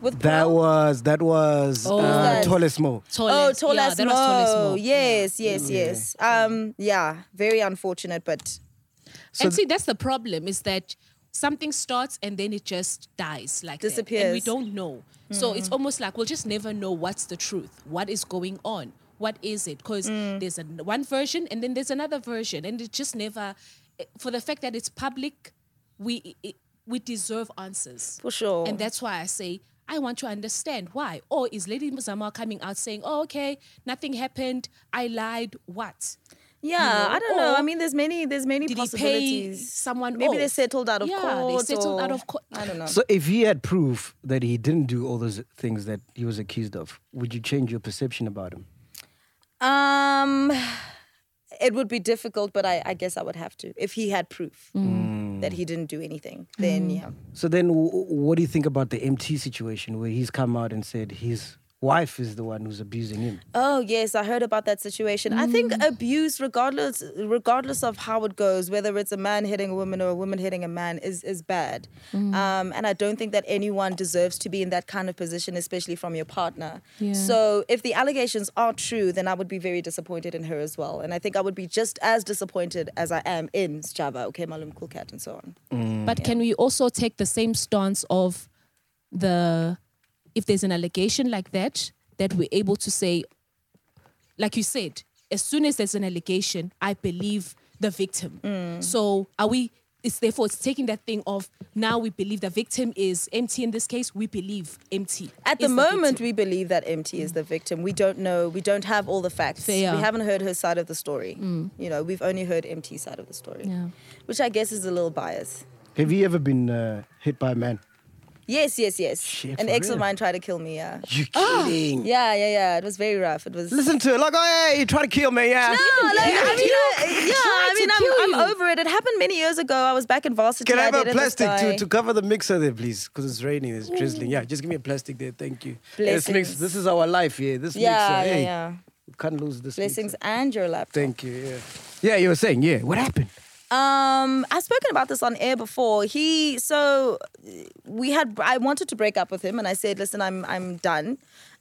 [SPEAKER 5] With
[SPEAKER 3] That
[SPEAKER 5] Pearl?
[SPEAKER 3] was that was
[SPEAKER 4] Oh.
[SPEAKER 3] uh,
[SPEAKER 5] That-
[SPEAKER 3] Tallest Mo.
[SPEAKER 5] Oh,
[SPEAKER 4] Toilet.
[SPEAKER 5] tall
[SPEAKER 4] yeah,
[SPEAKER 5] as
[SPEAKER 4] that was Toilet
[SPEAKER 5] Mo.
[SPEAKER 4] Smoke.
[SPEAKER 5] Yes, yes, yes. Um, yeah, very unfortunate, but
[SPEAKER 4] and see, that's the problem is that something starts and then it just dies, like that, and we
[SPEAKER 5] Disappears. Mm.
[SPEAKER 4] don't know. So it's almost like we'll just never know what's the truth, what is going on, what is it? Because
[SPEAKER 5] Mm.
[SPEAKER 4] there's a, one version and then there's another version, and it just never. eh, For the fact that it's public, we it, we deserve answers
[SPEAKER 5] for sure.
[SPEAKER 4] and that's why I say. I I want to understand why. Or is Lady Muzama coming out saying, oh, okay, nothing happened, I lied, what?
[SPEAKER 5] Yeah,
[SPEAKER 4] know,
[SPEAKER 5] I don't know.
[SPEAKER 4] or
[SPEAKER 5] I mean, there's many, there's many
[SPEAKER 4] Did he pay
[SPEAKER 5] possibilities.
[SPEAKER 4] someone
[SPEAKER 5] Maybe they
[SPEAKER 4] off?
[SPEAKER 5] settled out of
[SPEAKER 4] Yeah, they
[SPEAKER 5] court.
[SPEAKER 4] settled
[SPEAKER 5] or-
[SPEAKER 4] out of court.
[SPEAKER 5] I don't know.
[SPEAKER 3] So if he had proof that he didn't do all those things that he was accused of, would you change your perception about him?
[SPEAKER 5] Um, it would be difficult, but I, I guess I would have to if he had proof that he didn't do anything. Then yeah,
[SPEAKER 3] So then, w- what do you think about the MT situation where he's come out and said his wife is the one who's abusing him?
[SPEAKER 5] Oh yes, I heard about that situation. I think abuse, regardless regardless of how it goes, whether it's a man hitting a woman or a woman hitting a man, is is bad. Um, and I don't think that anyone deserves to be in that kind of position, especially from your partner.
[SPEAKER 4] Yeah.
[SPEAKER 5] So if the allegations are true, then I would be very disappointed in her as well. And I think I would be just as disappointed as I am in Java, okay, Malum Kulkat, and so on.
[SPEAKER 4] But can we also take the same stance of the if there's an allegation like that that we're able to say, like you said, as soon as there's an allegation, I believe the victim.
[SPEAKER 5] Hmm.
[SPEAKER 4] So are we? It's therefore it's taking that thing of now we believe the victim is empty in this case. We believe empty
[SPEAKER 5] At the
[SPEAKER 4] is
[SPEAKER 5] moment,
[SPEAKER 4] victim.
[SPEAKER 5] we believe that MT is the victim. We don't know. We don't have all the facts.
[SPEAKER 4] Fair.
[SPEAKER 5] We haven't heard her side of the story. You know, we've only heard MT's side of the story,
[SPEAKER 4] Mm. Yeah.
[SPEAKER 5] which I guess is a little biased.
[SPEAKER 3] Have you ever been uh, hit by a man?
[SPEAKER 5] Yes, yes, yes.
[SPEAKER 3] Shit,
[SPEAKER 5] An
[SPEAKER 3] for
[SPEAKER 5] ex of
[SPEAKER 3] real?
[SPEAKER 5] mine tried to kill me. Yeah,
[SPEAKER 3] You kidding?
[SPEAKER 5] yeah, yeah, yeah. It was very rough. It was.
[SPEAKER 3] Listen to it, like, oh, hey, you try to kill me, yeah.
[SPEAKER 5] No, like, I mean, I, yeah, I
[SPEAKER 4] to
[SPEAKER 5] mean,
[SPEAKER 4] kill
[SPEAKER 5] I'm, I'm
[SPEAKER 4] you.
[SPEAKER 5] over it. It happened many years ago. I was back in varsity.
[SPEAKER 3] Can I have a
[SPEAKER 5] dated this
[SPEAKER 3] plastic to,
[SPEAKER 5] guy.
[SPEAKER 3] to cover the mixer there, please? Because it's raining, it's drizzling. Yeah, just give me a plastic there. Thank you. This, mix,
[SPEAKER 5] Blessings.
[SPEAKER 3] this is our life here. This
[SPEAKER 5] Yeah,
[SPEAKER 3] mixer,
[SPEAKER 5] yeah,
[SPEAKER 3] hey,
[SPEAKER 5] yeah.
[SPEAKER 3] we can't lose this.
[SPEAKER 5] Blessings
[SPEAKER 3] mixer.
[SPEAKER 5] and your laptop.
[SPEAKER 3] Thank you. Yeah. Yeah, you were saying. Yeah. What happened?
[SPEAKER 5] Um, I've spoken about this on air before. He so uh, we had I wanted to break up with him, and I said, "Listen, I'm I'm done,"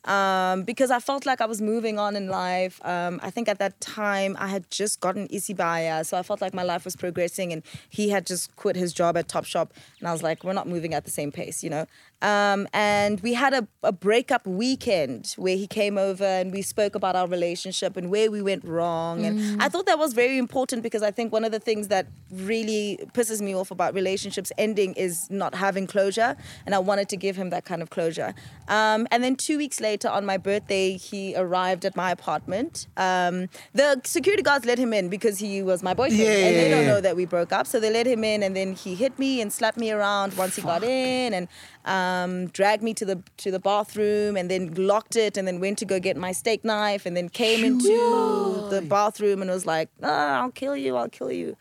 [SPEAKER 5] um, because I felt like I was moving on in life. Um, I think at that time I had just gotten Isibaya, so I felt like my life was progressing, and he had just quit his job at Topshop, and I was like, "We're not moving at the same pace," you know. Um, and we had a, a breakup weekend where he came over and we spoke about our relationship and where we went wrong.
[SPEAKER 3] Mm.
[SPEAKER 5] And I thought that was very important because I think one of the things that really pisses me off about relationships ending is not having closure. And I wanted to give him that kind of closure. Um, and then two weeks later, on my birthday, he arrived at my apartment. Um, the security guards let him in because he was my boyfriend.
[SPEAKER 3] Yeah,
[SPEAKER 5] and they
[SPEAKER 3] yeah,
[SPEAKER 5] don't
[SPEAKER 3] yeah.
[SPEAKER 5] know that we broke up. So they let him in, and then he hit me and slapped me around once he got in, and um, dragged me to the to the bathroom, and then locked it, and then went to go get my steak knife, and then came into the bathroom and was like, "Ah, "I'll kill you! I'll kill you."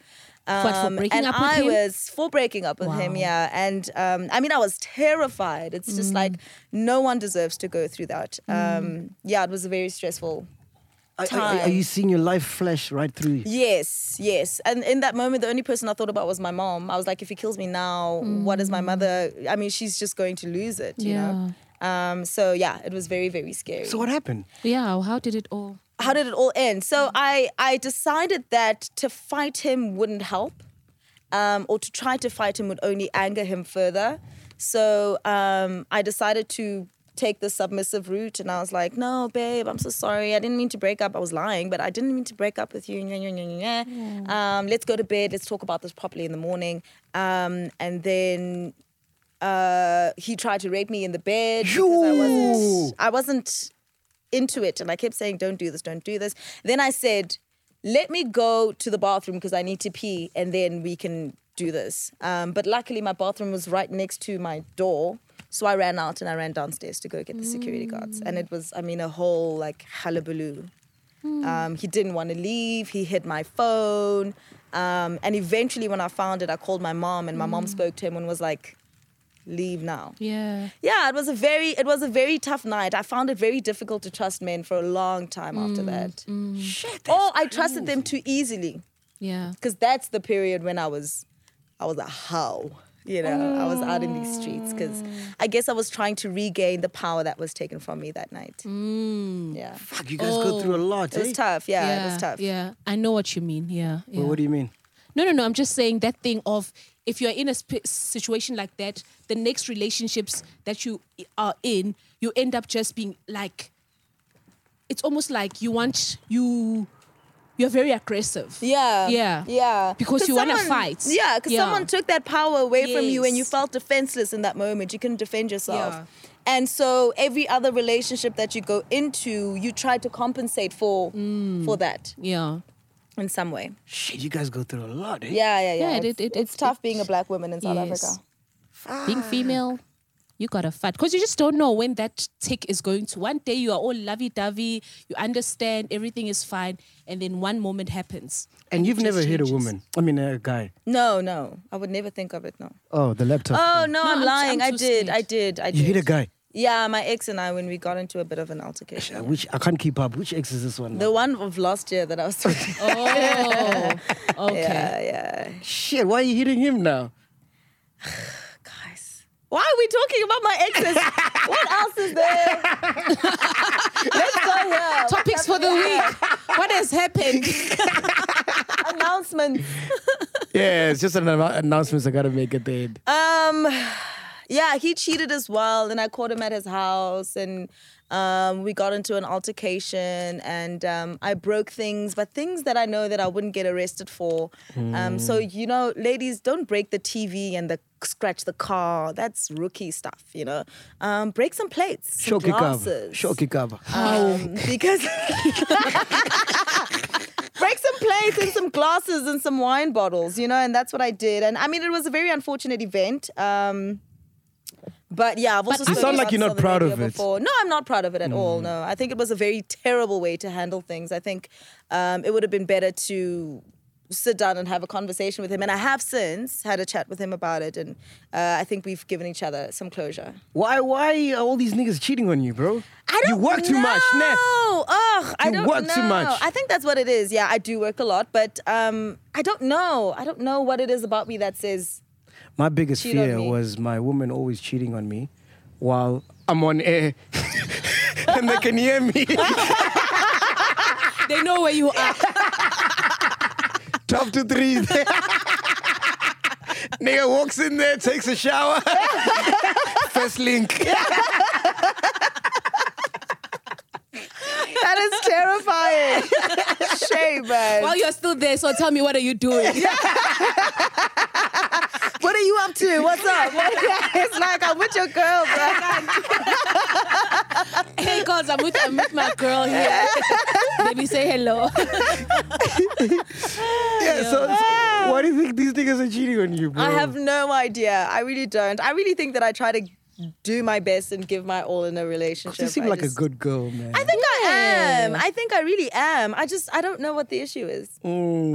[SPEAKER 4] What, for breaking
[SPEAKER 5] um, and
[SPEAKER 4] up with
[SPEAKER 5] I
[SPEAKER 4] him?
[SPEAKER 5] was for breaking up with him,
[SPEAKER 4] Wow. Mm.
[SPEAKER 5] yeah. And um, I mean, I was terrified. It's just like no one deserves to go through that. Um, yeah, it was a very stressful
[SPEAKER 3] Are, are-
[SPEAKER 5] Time.
[SPEAKER 3] are you seeing your life flash right through you?
[SPEAKER 5] Yes, yes. And in that moment, the only person I thought about was my mom. I was like, if he kills me now, what is
[SPEAKER 4] Mm.
[SPEAKER 5] my mother? I mean, she's just going to lose it, you know? Um, so yeah, it was very, very scary.
[SPEAKER 3] So what happened?
[SPEAKER 4] yeah. How did it all?
[SPEAKER 5] How did it all end? So I, I decided that to fight him wouldn't help, um, or to try to fight him would only anger him further. So um, I decided to take the submissive route, and I was like, "No, babe, I'm so sorry. I didn't mean to break up. I was lying, but I didn't mean to break up with you. Nyah, nyah, nyah, nyah, nyah. Um, let's go to bed. Let's talk about this properly in the morning." Um, and then uh, he tried to rape me in the bed because I wasn't. I wasn't into it and I kept saying, Don't do this, don't do this. Then I said, Let me go to the bathroom because I need to pee and then we can do this. Um, but luckily, my bathroom was right next to my door. So I ran out and I ran downstairs to go get the security guards. And it was, I mean, a whole like hullabaloo. Um, he didn't want to leave. He hid my phone. Um, and eventually, when I found it, I called my mom, and my mom spoke to him and was like, Leave now
[SPEAKER 4] Yeah.
[SPEAKER 5] yeah it was a very it was a very tough night i found it very difficult to trust men for a long time
[SPEAKER 4] Mm,
[SPEAKER 5] after that Shit, oh i trusted them too easily
[SPEAKER 4] Yeah.
[SPEAKER 5] because that's the period when i was i was a how you know i was out in these streets because
[SPEAKER 4] Oh.
[SPEAKER 5] i guess i was trying to regain the power that was taken from me that night yeah
[SPEAKER 3] Fuck, you guys go through a lot.
[SPEAKER 5] it was
[SPEAKER 3] eh?
[SPEAKER 5] tough yeah,
[SPEAKER 4] Mm. yeah,
[SPEAKER 5] it was tough
[SPEAKER 4] Yeah, I know what you mean. Yeah. yeah.
[SPEAKER 3] Well, what do you mean?
[SPEAKER 4] No, no, no. I'm just saying that thing of if you're in a sp- situation like that, the next relationships that you i- are in, you end up just being like, it's almost like you want you. you're very aggressive.
[SPEAKER 5] Yeah.
[SPEAKER 4] Yeah.
[SPEAKER 5] Yeah.
[SPEAKER 4] Because
[SPEAKER 5] 'Cause
[SPEAKER 4] you wanna
[SPEAKER 5] someone-
[SPEAKER 4] fight.
[SPEAKER 5] Yeah, because
[SPEAKER 4] Yeah.
[SPEAKER 5] someone took that power away from you and you
[SPEAKER 4] Yes.
[SPEAKER 5] felt defenseless in that moment. You couldn't defend yourself.
[SPEAKER 4] Yeah.
[SPEAKER 5] And so every other relationship that you go into, you try to compensate for
[SPEAKER 4] Mm.
[SPEAKER 5] for that
[SPEAKER 4] Yeah.
[SPEAKER 5] in some way.
[SPEAKER 3] Shit, you guys go through a lot, eh?
[SPEAKER 5] Yeah, yeah, yeah.
[SPEAKER 4] Yeah, it-
[SPEAKER 5] it's,
[SPEAKER 4] it- it-
[SPEAKER 5] it's
[SPEAKER 4] it-
[SPEAKER 5] tough being a black woman in South
[SPEAKER 4] Yes.
[SPEAKER 5] Africa.
[SPEAKER 4] Being
[SPEAKER 5] Oh.
[SPEAKER 4] female, you gotta fight because you just don't know when that tick is going to. One day you are all lovey-dovey, you understand everything is fine, and then one moment happens.
[SPEAKER 3] And you've
[SPEAKER 4] It just
[SPEAKER 3] never hit a
[SPEAKER 4] changes.
[SPEAKER 3] woman. I mean, a guy.
[SPEAKER 5] No, no. I would never think of it, no.
[SPEAKER 3] Oh, the laptop.
[SPEAKER 5] Oh, no,
[SPEAKER 4] I'm
[SPEAKER 5] I'm
[SPEAKER 4] t-
[SPEAKER 5] lying.
[SPEAKER 4] I'm
[SPEAKER 5] i
[SPEAKER 4] too
[SPEAKER 5] did, I
[SPEAKER 4] scared.
[SPEAKER 5] did, I did.
[SPEAKER 3] you hit a guy. uh,
[SPEAKER 5] Yeah, my ex and I, when we got into a bit of an altercation.
[SPEAKER 3] Which I can't keep up. Which ex is this one?
[SPEAKER 5] The one of last year that I was talking about.
[SPEAKER 4] Oh, okay.
[SPEAKER 5] Yeah, yeah.
[SPEAKER 3] Shit, why are you hitting him now?
[SPEAKER 5] Guys. Why are we talking about my exes? what else is there? Let's go here.
[SPEAKER 4] Topics for the week. What has happened?
[SPEAKER 5] Announcement.
[SPEAKER 3] Yeah, it's just an annou- announcement I gotta make at the end.
[SPEAKER 5] Um, yeah, he cheated as well, and I caught him at his house, and um, we got into an altercation, and um, I broke things, but things that I know that I wouldn't get arrested for. Um, so
[SPEAKER 4] Mm.
[SPEAKER 5] you know, ladies, don't break the TV and the scratch the car. That's rookie stuff, you know. Um, break some plates, some
[SPEAKER 3] Shoki cover.
[SPEAKER 5] glasses.
[SPEAKER 3] Shoki cover.
[SPEAKER 5] Um, because break some plates and some glasses and some wine bottles, you know, and that's what I did. And I mean, it was a very unfortunate event. Um, but yeah, I've also
[SPEAKER 4] But You
[SPEAKER 5] spoken
[SPEAKER 3] sound
[SPEAKER 5] about
[SPEAKER 3] like you're not
[SPEAKER 5] Southern
[SPEAKER 3] proud
[SPEAKER 5] Arabia
[SPEAKER 3] of it. Mm.
[SPEAKER 5] Before. No, I'm not proud of it at all. No, I think it was a very terrible way to handle things. I think um, it would have been better to sit down and have a conversation with him. And I have since had a chat with him about it, and uh, I think we've given each other some closure.
[SPEAKER 3] Why why are all these niggas cheating on you, bro?
[SPEAKER 5] I
[SPEAKER 3] you
[SPEAKER 5] don't
[SPEAKER 3] work too much, nah.
[SPEAKER 5] know. Ugh, I
[SPEAKER 3] You
[SPEAKER 5] don't
[SPEAKER 3] work
[SPEAKER 5] know.
[SPEAKER 3] too much.
[SPEAKER 5] I think that's what it is. Yeah, I do work a lot, but um, I don't know. I don't know what it is about me that says
[SPEAKER 3] My biggest
[SPEAKER 5] Cheat on
[SPEAKER 3] fear
[SPEAKER 5] me.
[SPEAKER 3] was my woman always cheating on me while I'm on air. and they can hear me.
[SPEAKER 4] They know where you are.
[SPEAKER 3] 12 to 3. Nigga walks in there, takes a shower. First link.
[SPEAKER 5] that is terrifying. Shame, man.
[SPEAKER 4] While you're still there, so tell me what are you doing?
[SPEAKER 5] what are you up to? What's up? What- it's like I'm with your girl, bro.
[SPEAKER 4] hey guys, I'm with, I'm with my girl here. Baby, say hello.
[SPEAKER 3] Yeah, so, so why do you think these niggas are cheating on you, bro?
[SPEAKER 5] I have no idea. I really don't. I really think that I try to do my best and give my all in a relationship.
[SPEAKER 3] You seem
[SPEAKER 5] I
[SPEAKER 3] like
[SPEAKER 5] just-
[SPEAKER 3] a good girl, man.
[SPEAKER 5] I think I am. I think I really am. I just I don't know what the issue is.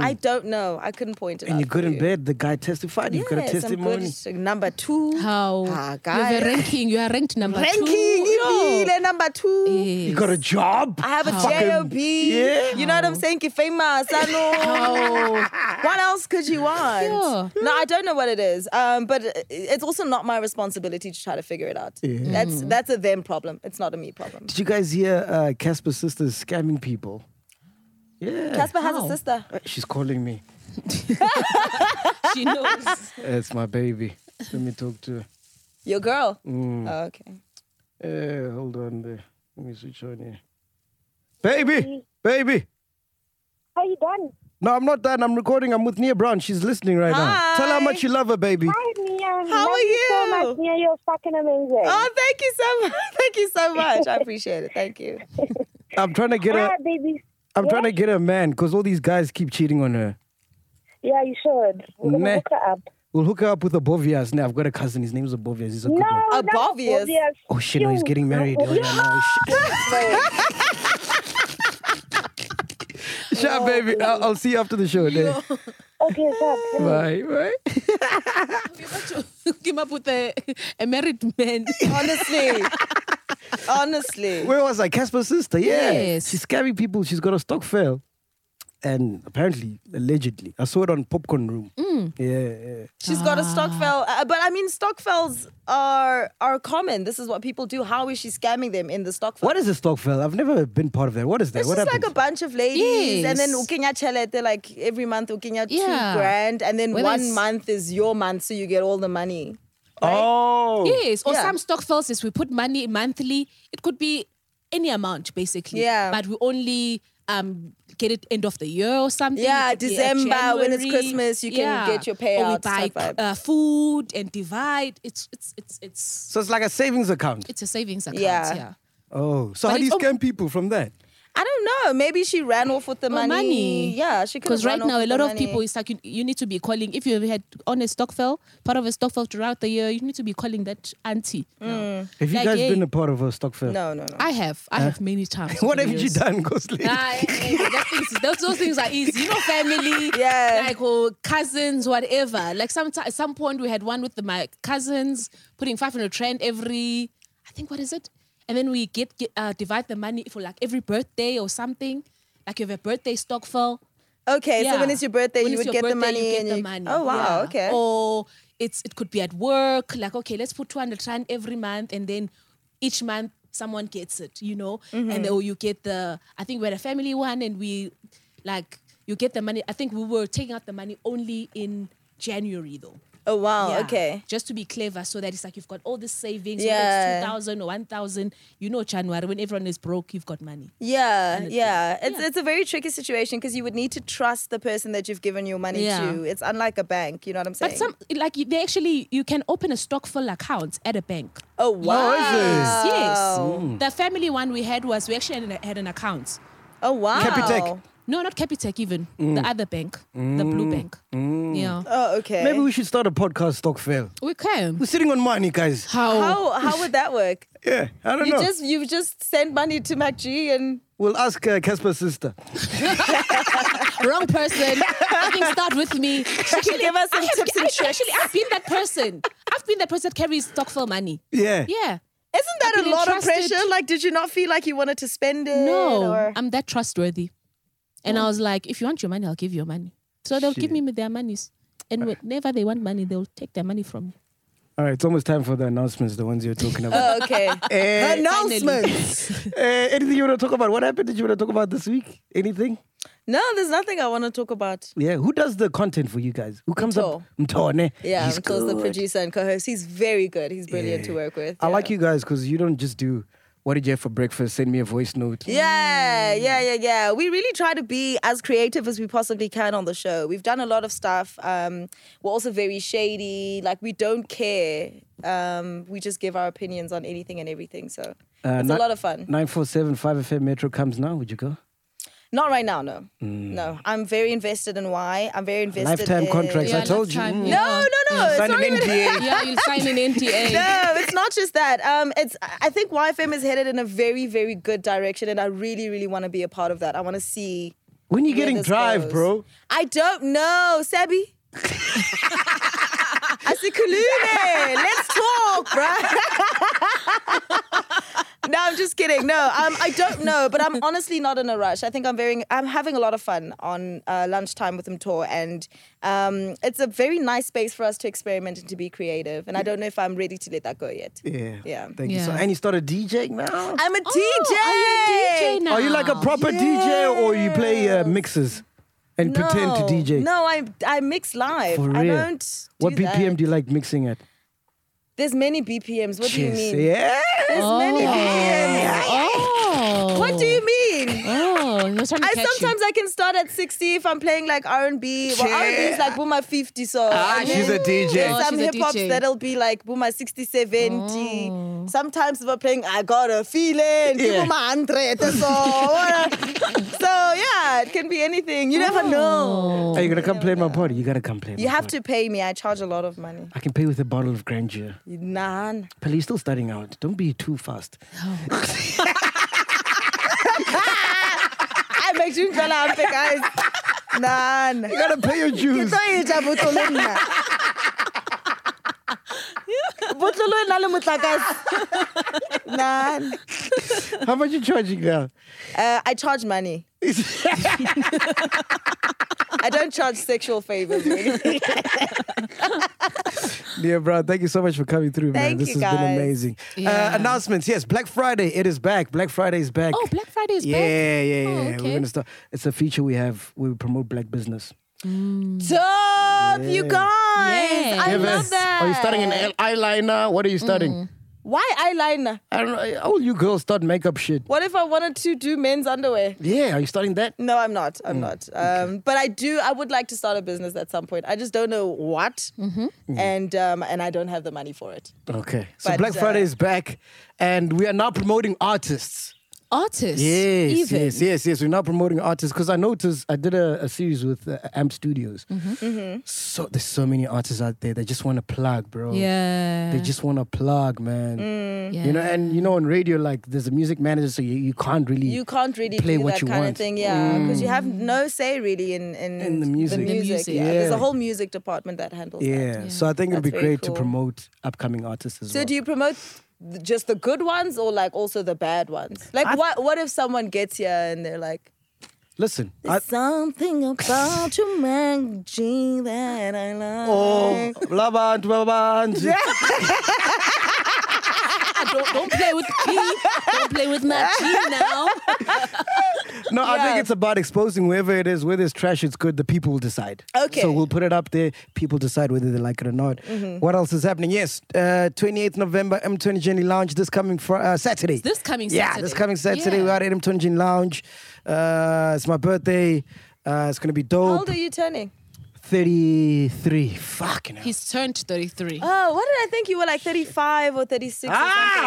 [SPEAKER 5] I don't know. I couldn't point it out.
[SPEAKER 3] and you're
[SPEAKER 5] for
[SPEAKER 3] good in
[SPEAKER 5] you.
[SPEAKER 3] bed. The guy testified. You've got a
[SPEAKER 5] Yes, I'm
[SPEAKER 3] testimony.
[SPEAKER 5] good. So Number two.
[SPEAKER 4] How?
[SPEAKER 5] Ah,
[SPEAKER 4] you have
[SPEAKER 5] guys.
[SPEAKER 4] a ranking. You are ranked number two.
[SPEAKER 5] Ranking
[SPEAKER 4] Yo.
[SPEAKER 5] ibile, number two.
[SPEAKER 3] You got a job.
[SPEAKER 5] I have a
[SPEAKER 3] Fucking-
[SPEAKER 5] job.
[SPEAKER 3] Yeah.
[SPEAKER 5] You know what I'm saying? Ke famous. I know. what else could you want?
[SPEAKER 4] Yeah.
[SPEAKER 5] No, I don't know what it is. Um, but it- it's also not my responsibility to try to figure it out. That's
[SPEAKER 4] Mm.
[SPEAKER 5] that's a them problem. It's not a me problem.
[SPEAKER 3] Did you guys hear uh, Casper's sisters scamming people? Yeah. Uh,
[SPEAKER 5] Casper has a
[SPEAKER 4] How?
[SPEAKER 5] sister.
[SPEAKER 3] She's calling me.
[SPEAKER 4] She knows.
[SPEAKER 3] It's my baby. Let me talk to her.
[SPEAKER 5] Your girl.
[SPEAKER 3] Mm.
[SPEAKER 5] Oh, okay.
[SPEAKER 3] Uh, hold on there. Let me switch on here. Baby, baby.
[SPEAKER 7] How you done?
[SPEAKER 3] No, I'm not done. I'm recording. I'm with Nia Brown. She's listening right now. Tell her how much you love her, baby.
[SPEAKER 7] Hi, Mia.
[SPEAKER 5] How
[SPEAKER 7] Love
[SPEAKER 5] are
[SPEAKER 7] So
[SPEAKER 5] you?
[SPEAKER 7] much, Mia. You're fucking amazing.
[SPEAKER 5] Oh, thank you so much. Thank you so much. I appreciate it. Thank you.
[SPEAKER 3] I'm trying to get
[SPEAKER 7] Hi,
[SPEAKER 3] a.
[SPEAKER 7] baby.
[SPEAKER 3] I'm trying to get a man because all these guys keep cheating on her.
[SPEAKER 7] Yeah, you should. We're gonna
[SPEAKER 3] Meh.
[SPEAKER 7] hook her up.
[SPEAKER 3] We'll hook her up with a Bovias. Now I've got a cousin. His name's Abovias. He's a good
[SPEAKER 7] No,
[SPEAKER 3] one.
[SPEAKER 7] no,
[SPEAKER 5] Abovious.
[SPEAKER 7] Abovious.
[SPEAKER 3] Oh shit! No, he's
[SPEAKER 7] You-
[SPEAKER 3] getting married. Oh, yeah, no, shit. Shut up, baby. I'll, I'll see you after the show. Then.
[SPEAKER 7] Okay, so
[SPEAKER 3] Bye, bye.
[SPEAKER 4] Came up with a, a married man.
[SPEAKER 5] Honestly. Honestly.
[SPEAKER 3] Where was I? Casper's sister. Yeah.
[SPEAKER 4] Yes.
[SPEAKER 3] She's scamming people. She's got a stock fail. And apparently, allegedly, I saw it on Popcorn Room. Yeah, yeah.
[SPEAKER 5] She's got a stock fell, uh, but I mean, stock fells are are common. This is what people do. How is she scamming them in the stock fell?
[SPEAKER 3] What is a stock fail? I've never been part of that. What is that?
[SPEAKER 5] It's
[SPEAKER 3] what
[SPEAKER 5] just
[SPEAKER 3] happened?
[SPEAKER 5] like a bunch of ladies, and then
[SPEAKER 4] Yes.
[SPEAKER 5] ukinya chele, they're like every month ukinya
[SPEAKER 4] Yeah.
[SPEAKER 5] two grand, and then
[SPEAKER 4] Whether
[SPEAKER 5] one
[SPEAKER 4] it's-
[SPEAKER 5] month is your month, so you get all the money.
[SPEAKER 3] oh.
[SPEAKER 4] Yes, or
[SPEAKER 5] Yeah.
[SPEAKER 4] some stock fells is we put money monthly. It could be any amount basically.
[SPEAKER 5] Yeah.
[SPEAKER 4] But we only um get it end of the year or something. It
[SPEAKER 5] Yeah,
[SPEAKER 4] could be, uh,
[SPEAKER 5] December, when it's
[SPEAKER 4] January.
[SPEAKER 5] Christmas, you can get your
[SPEAKER 4] Or we
[SPEAKER 5] payout,
[SPEAKER 4] buy
[SPEAKER 5] stuff like-
[SPEAKER 4] uh, food and divide. It's it's it's it's
[SPEAKER 3] So it's like a savings account.
[SPEAKER 4] it's a savings account.
[SPEAKER 5] Yeah.
[SPEAKER 4] Yeah.
[SPEAKER 3] Oh, so
[SPEAKER 4] But
[SPEAKER 3] how do you
[SPEAKER 4] it's
[SPEAKER 3] scam people from that?
[SPEAKER 5] I don't know. Maybe she ran off with the
[SPEAKER 4] Well, Oh,
[SPEAKER 5] money.
[SPEAKER 4] money.
[SPEAKER 5] Yeah, she could.
[SPEAKER 4] Because right now, a lot of people,
[SPEAKER 5] is
[SPEAKER 4] it's like you, you need to be calling. If you had on a stockfell, part of a stockfell throughout the year, you need to be calling that auntie.
[SPEAKER 5] Mm.
[SPEAKER 3] Have you
[SPEAKER 4] Like,
[SPEAKER 3] guys
[SPEAKER 4] yeah.
[SPEAKER 3] been a part of a stock fair?
[SPEAKER 5] no, no, no.
[SPEAKER 4] I have. I have many times.
[SPEAKER 3] Uh, What
[SPEAKER 4] over
[SPEAKER 3] have
[SPEAKER 4] the
[SPEAKER 3] you
[SPEAKER 4] years.
[SPEAKER 3] done, Ghostly?
[SPEAKER 4] Nah, eh, eh, those, things, those, those things are easy. You know, family,
[SPEAKER 5] Yeah.
[SPEAKER 4] like or cousins, whatever. Like some at some point we had one with the, my cousins putting five hundred trend every. I think what is it? And then we get, get uh, divide the money for like every birthday or something. Like you have a birthday stock fell.
[SPEAKER 5] Okay, so
[SPEAKER 4] Yeah.
[SPEAKER 5] when it's your birthday,
[SPEAKER 4] When
[SPEAKER 5] you
[SPEAKER 4] it's
[SPEAKER 5] would
[SPEAKER 4] your
[SPEAKER 5] get the
[SPEAKER 4] birthday,
[SPEAKER 5] money.
[SPEAKER 4] You get
[SPEAKER 5] and
[SPEAKER 4] the
[SPEAKER 5] you-
[SPEAKER 4] money.
[SPEAKER 5] Oh wow,
[SPEAKER 4] yeah.
[SPEAKER 5] okay.
[SPEAKER 4] Or it's it could be at work. Like okay, let's put two hundred rand every month, and then each month someone gets it. You know,
[SPEAKER 5] Mm-hmm.
[SPEAKER 4] and then you get the. I think we're a family one, and we like you get the money. I think we were taking out the money only in January though.
[SPEAKER 5] Oh wow,
[SPEAKER 4] Yeah.
[SPEAKER 5] okay.
[SPEAKER 4] Just to be clever, so that it's like you've got all the savings.
[SPEAKER 5] Yeah.
[SPEAKER 4] Yeah. Two thousand or one thousand. You know, January when everyone is broke, you've got money.
[SPEAKER 5] Yeah,
[SPEAKER 4] it's
[SPEAKER 5] yeah.
[SPEAKER 4] like-
[SPEAKER 5] It's
[SPEAKER 4] yeah.
[SPEAKER 5] it's a very tricky situation because you would need to trust the person that you've given your money
[SPEAKER 4] Yeah.
[SPEAKER 5] to. It's unlike a bank, you know what I'm saying?
[SPEAKER 4] But some like they actually you can open a stock full account at a bank.
[SPEAKER 5] oh wow.
[SPEAKER 4] Yes, yes.
[SPEAKER 3] Mm.
[SPEAKER 4] The family one we had was we actually had an, had an account.
[SPEAKER 5] Oh wow.
[SPEAKER 3] Capitec.
[SPEAKER 4] No, not Capitec even.
[SPEAKER 3] Mm.
[SPEAKER 4] The other bank, the Blue Bank. Yeah,
[SPEAKER 5] Oh okay.
[SPEAKER 3] Maybe we should start a podcast stock fair.
[SPEAKER 4] we can.
[SPEAKER 3] We're sitting on money, guys.
[SPEAKER 4] How?
[SPEAKER 5] how how would that work?
[SPEAKER 3] Yeah, Oh. I don't
[SPEAKER 5] You
[SPEAKER 3] know.
[SPEAKER 5] just you just send money to Mac G and
[SPEAKER 3] We'll ask uh, Casper's sister.
[SPEAKER 4] Wrong person. I think start with me. Actually,
[SPEAKER 5] give us some
[SPEAKER 4] I have-
[SPEAKER 5] tips and
[SPEAKER 4] I- Actually, I've been that person. I've been that person that carries stock for money.
[SPEAKER 3] Yeah.
[SPEAKER 4] Yeah.
[SPEAKER 5] isn't that
[SPEAKER 4] I've
[SPEAKER 5] a
[SPEAKER 4] been
[SPEAKER 5] lot of
[SPEAKER 4] entrusted-
[SPEAKER 5] pressure? Like did you not feel like you wanted to spend it?
[SPEAKER 4] No,
[SPEAKER 5] or- Mm.
[SPEAKER 4] I'm that trustworthy. And I was like, if you want your money, I'll give you your money. So they'll give me their monies.
[SPEAKER 3] Uh.
[SPEAKER 4] And whenever they want money, they'll take their money from me.
[SPEAKER 3] All right, it's almost time for the announcements, the ones you're talking about.
[SPEAKER 5] Oh, okay.
[SPEAKER 3] Eh,
[SPEAKER 5] Announcements.
[SPEAKER 3] eh, anything you want to talk about? What happened? Did you want to talk about this week? Anything?
[SPEAKER 5] No, there's nothing I want to talk about.
[SPEAKER 3] Yeah. Who does the content for you guys? Who comes up? Mtone.
[SPEAKER 5] Yeah,
[SPEAKER 3] He's
[SPEAKER 5] Mto's the
[SPEAKER 3] good.
[SPEAKER 5] producer and co-host. He's very good. He's brilliant to work with.
[SPEAKER 3] I
[SPEAKER 5] yeah.
[SPEAKER 3] like you guys because you don't just do what did you have for breakfast? Send me a voice note.
[SPEAKER 5] Yeah, yeah, yeah, yeah. We really try to be as creative as we possibly can on the show. We've done a lot of stuff. Um, we're also very shady. Like we don't care. Um, we just give our opinions on anything and everything. So
[SPEAKER 3] Uh,
[SPEAKER 5] it's a lot of fun.
[SPEAKER 3] 9475 FM Metro comes now. Would you go?
[SPEAKER 5] Not right now, no. No, I'm very invested in why. I'm very invested.
[SPEAKER 3] Mm. Lifetime
[SPEAKER 5] in...
[SPEAKER 3] contracts. I
[SPEAKER 4] Yeah,
[SPEAKER 3] told you.
[SPEAKER 4] lifetime,
[SPEAKER 3] Mm.
[SPEAKER 4] yeah.
[SPEAKER 5] No, no, no. It's
[SPEAKER 3] Sign
[SPEAKER 5] not
[SPEAKER 3] an
[SPEAKER 5] even...
[SPEAKER 3] NDA.
[SPEAKER 4] yeah, you'll sign an NTA.
[SPEAKER 5] no, it's not just that. Um, it's I think YFM is headed in a very, very good direction, and I really, really want to be a part of that. I want to see.
[SPEAKER 3] When you
[SPEAKER 5] where
[SPEAKER 3] getting
[SPEAKER 5] this
[SPEAKER 3] drive,
[SPEAKER 5] goes.
[SPEAKER 3] bro?
[SPEAKER 5] I don't know, Sabi. I see Kulune. Let's talk, bruh. no, I'm just kidding. No, um, I don't know, but I'm honestly not in a rush. I think I'm very, I'm having a lot of fun on uh, lunchtime with Mtor, and um, it's a very nice space for us to experiment and to be creative. And I don't know if I'm ready to let that go yet.
[SPEAKER 3] Yeah.
[SPEAKER 5] Yeah.
[SPEAKER 3] Thank you. So,
[SPEAKER 4] Yeah.
[SPEAKER 3] and you started DJing now?
[SPEAKER 5] I'm a
[SPEAKER 4] Oh, are you a DJ now?
[SPEAKER 3] Are you like a proper DJ or you play uh, mixes and pretend to DJ?
[SPEAKER 5] No, I I mix live.
[SPEAKER 3] For
[SPEAKER 5] I
[SPEAKER 3] real?
[SPEAKER 5] don't. Do
[SPEAKER 3] What BPM
[SPEAKER 5] that.
[SPEAKER 3] do you like mixing at?
[SPEAKER 5] There's many BPMs. What do you
[SPEAKER 3] Jeez,
[SPEAKER 5] mean?
[SPEAKER 3] Yeah.
[SPEAKER 5] There's many BPMs.
[SPEAKER 4] Oh.
[SPEAKER 5] What do you mean?
[SPEAKER 4] Oh, you're trying to
[SPEAKER 5] I
[SPEAKER 4] catch
[SPEAKER 5] sometimes I can start at 60 if I'm playing like R&B. Well, R&B is like Boomer 50, so
[SPEAKER 3] Ah,
[SPEAKER 5] and
[SPEAKER 3] she's
[SPEAKER 5] then
[SPEAKER 3] a DJ.
[SPEAKER 4] Oh,
[SPEAKER 5] There's some
[SPEAKER 4] she's a
[SPEAKER 5] hip hops
[SPEAKER 4] DJ.
[SPEAKER 5] that'll be like Boomer 60, 70.
[SPEAKER 4] Oh.
[SPEAKER 5] Sometimes we're playing I Got a Feeling,
[SPEAKER 3] Yeah.
[SPEAKER 5] Boomer 100, so uh, so yeah, it can be anything. You
[SPEAKER 4] Oh.
[SPEAKER 5] never know.
[SPEAKER 3] Are you gonna come play at my party? You gotta come play. at
[SPEAKER 5] You
[SPEAKER 3] my
[SPEAKER 5] have
[SPEAKER 3] party.
[SPEAKER 5] to pay me. I charge a lot of money.
[SPEAKER 3] I can pay with a bottle of grandeur.
[SPEAKER 5] Nah.
[SPEAKER 3] But you're still starting out. Don't be too fast.
[SPEAKER 5] I make you feel I'm big eyes. Nah.
[SPEAKER 3] You gotta pay your dues.
[SPEAKER 5] Ke tlo e ja botlolo nna. Botlolo e na le motlakase. Naan.
[SPEAKER 3] How much you charging now?
[SPEAKER 5] Uh, I charge money. I don't charge sexual favors. Really.
[SPEAKER 3] Dear bro, thank you so much for coming through, man.
[SPEAKER 5] Thank
[SPEAKER 3] This
[SPEAKER 5] you,
[SPEAKER 3] has been
[SPEAKER 5] guys.
[SPEAKER 3] amazing.
[SPEAKER 4] Yeah.
[SPEAKER 3] Uh, announcements, yes. Black Friday, it is back. Black Friday is back.
[SPEAKER 4] Oh, Black Friday is
[SPEAKER 3] yeah,
[SPEAKER 4] back.
[SPEAKER 3] Yeah, yeah, yeah.
[SPEAKER 4] Oh,
[SPEAKER 3] We're
[SPEAKER 4] okay.
[SPEAKER 3] gonna start. It's a feature we have. We promote black business.
[SPEAKER 5] Dope, you guys.
[SPEAKER 4] Yes.
[SPEAKER 5] I
[SPEAKER 4] Hey,
[SPEAKER 5] love that.
[SPEAKER 4] Mm.
[SPEAKER 3] Are you starting an eyeliner? What are you starting?
[SPEAKER 5] Why eyeliner?
[SPEAKER 3] I don't know. All you girls start makeup shit.
[SPEAKER 5] What if I wanted to do men's underwear?
[SPEAKER 3] Yeah, are you starting that?
[SPEAKER 5] No, I'm not. I'm not. Um, but I do. I would like to start a business at some point. I just don't know what, and um, and I don't have the money for it.
[SPEAKER 3] Okay. So
[SPEAKER 5] But,
[SPEAKER 3] Black
[SPEAKER 5] uh,
[SPEAKER 3] Friday is back, and we are now promoting artists.
[SPEAKER 4] Artists.
[SPEAKER 3] Yes,
[SPEAKER 4] even.
[SPEAKER 3] yes, yes, yes. We're now promoting artists because I noticed I did a, a series with uh, Amp Studios.
[SPEAKER 5] Mm-hmm.
[SPEAKER 3] So there's so many artists out there. They just want to plug, bro.
[SPEAKER 4] Yeah.
[SPEAKER 3] They just want to plug, man.
[SPEAKER 5] Mm.
[SPEAKER 4] yeah.
[SPEAKER 3] You know, and you know, on radio, like there's a music manager, so you, you can't really.
[SPEAKER 5] You can't really
[SPEAKER 3] Play
[SPEAKER 5] do
[SPEAKER 3] what
[SPEAKER 5] that
[SPEAKER 3] you
[SPEAKER 5] kind
[SPEAKER 3] want.
[SPEAKER 5] of thing, yeah, because you have no say really in in,
[SPEAKER 3] In the music. In the
[SPEAKER 4] music,
[SPEAKER 5] yeah.
[SPEAKER 3] yeah.
[SPEAKER 5] There's a whole music department that handles
[SPEAKER 3] yeah.
[SPEAKER 5] that.
[SPEAKER 3] So I think it'll be
[SPEAKER 5] That's very
[SPEAKER 3] great
[SPEAKER 5] cool.
[SPEAKER 3] to promote upcoming artists as
[SPEAKER 5] So
[SPEAKER 3] well.
[SPEAKER 5] do you promote th- just the good ones or like also the bad ones? Like what what if someone gets here and they're like
[SPEAKER 3] Listen, I,
[SPEAKER 5] There's something about you, man, G, that I love.
[SPEAKER 3] oh, blah, blah, blah, blah, blah.
[SPEAKER 4] don't, don't play with me. Don't play with my G now.
[SPEAKER 3] No, I think it's about exposing wherever it is, whether it's trash, it's good, the people will decide.
[SPEAKER 5] Okay.
[SPEAKER 3] So we'll put it up there, people decide whether they like it or not.
[SPEAKER 4] Mm-hmm.
[SPEAKER 3] What else is happening? Yes, uh, 28th November, M20 Jenny Lounge, this coming fr- uh, Saturday.
[SPEAKER 4] This coming
[SPEAKER 3] Yeah,
[SPEAKER 4] Saturday.
[SPEAKER 3] this coming Saturday,
[SPEAKER 4] Yeah.
[SPEAKER 3] we're at M20 Jenny Lounge. Uh, it's my birthday. Uh, it's going to be
[SPEAKER 5] How
[SPEAKER 3] dope.
[SPEAKER 5] old are you turning?
[SPEAKER 3] 33. Fucking hell.
[SPEAKER 4] He's turned 33.
[SPEAKER 5] Oh, what did I think you were like 35 or 36
[SPEAKER 3] Ah!
[SPEAKER 5] or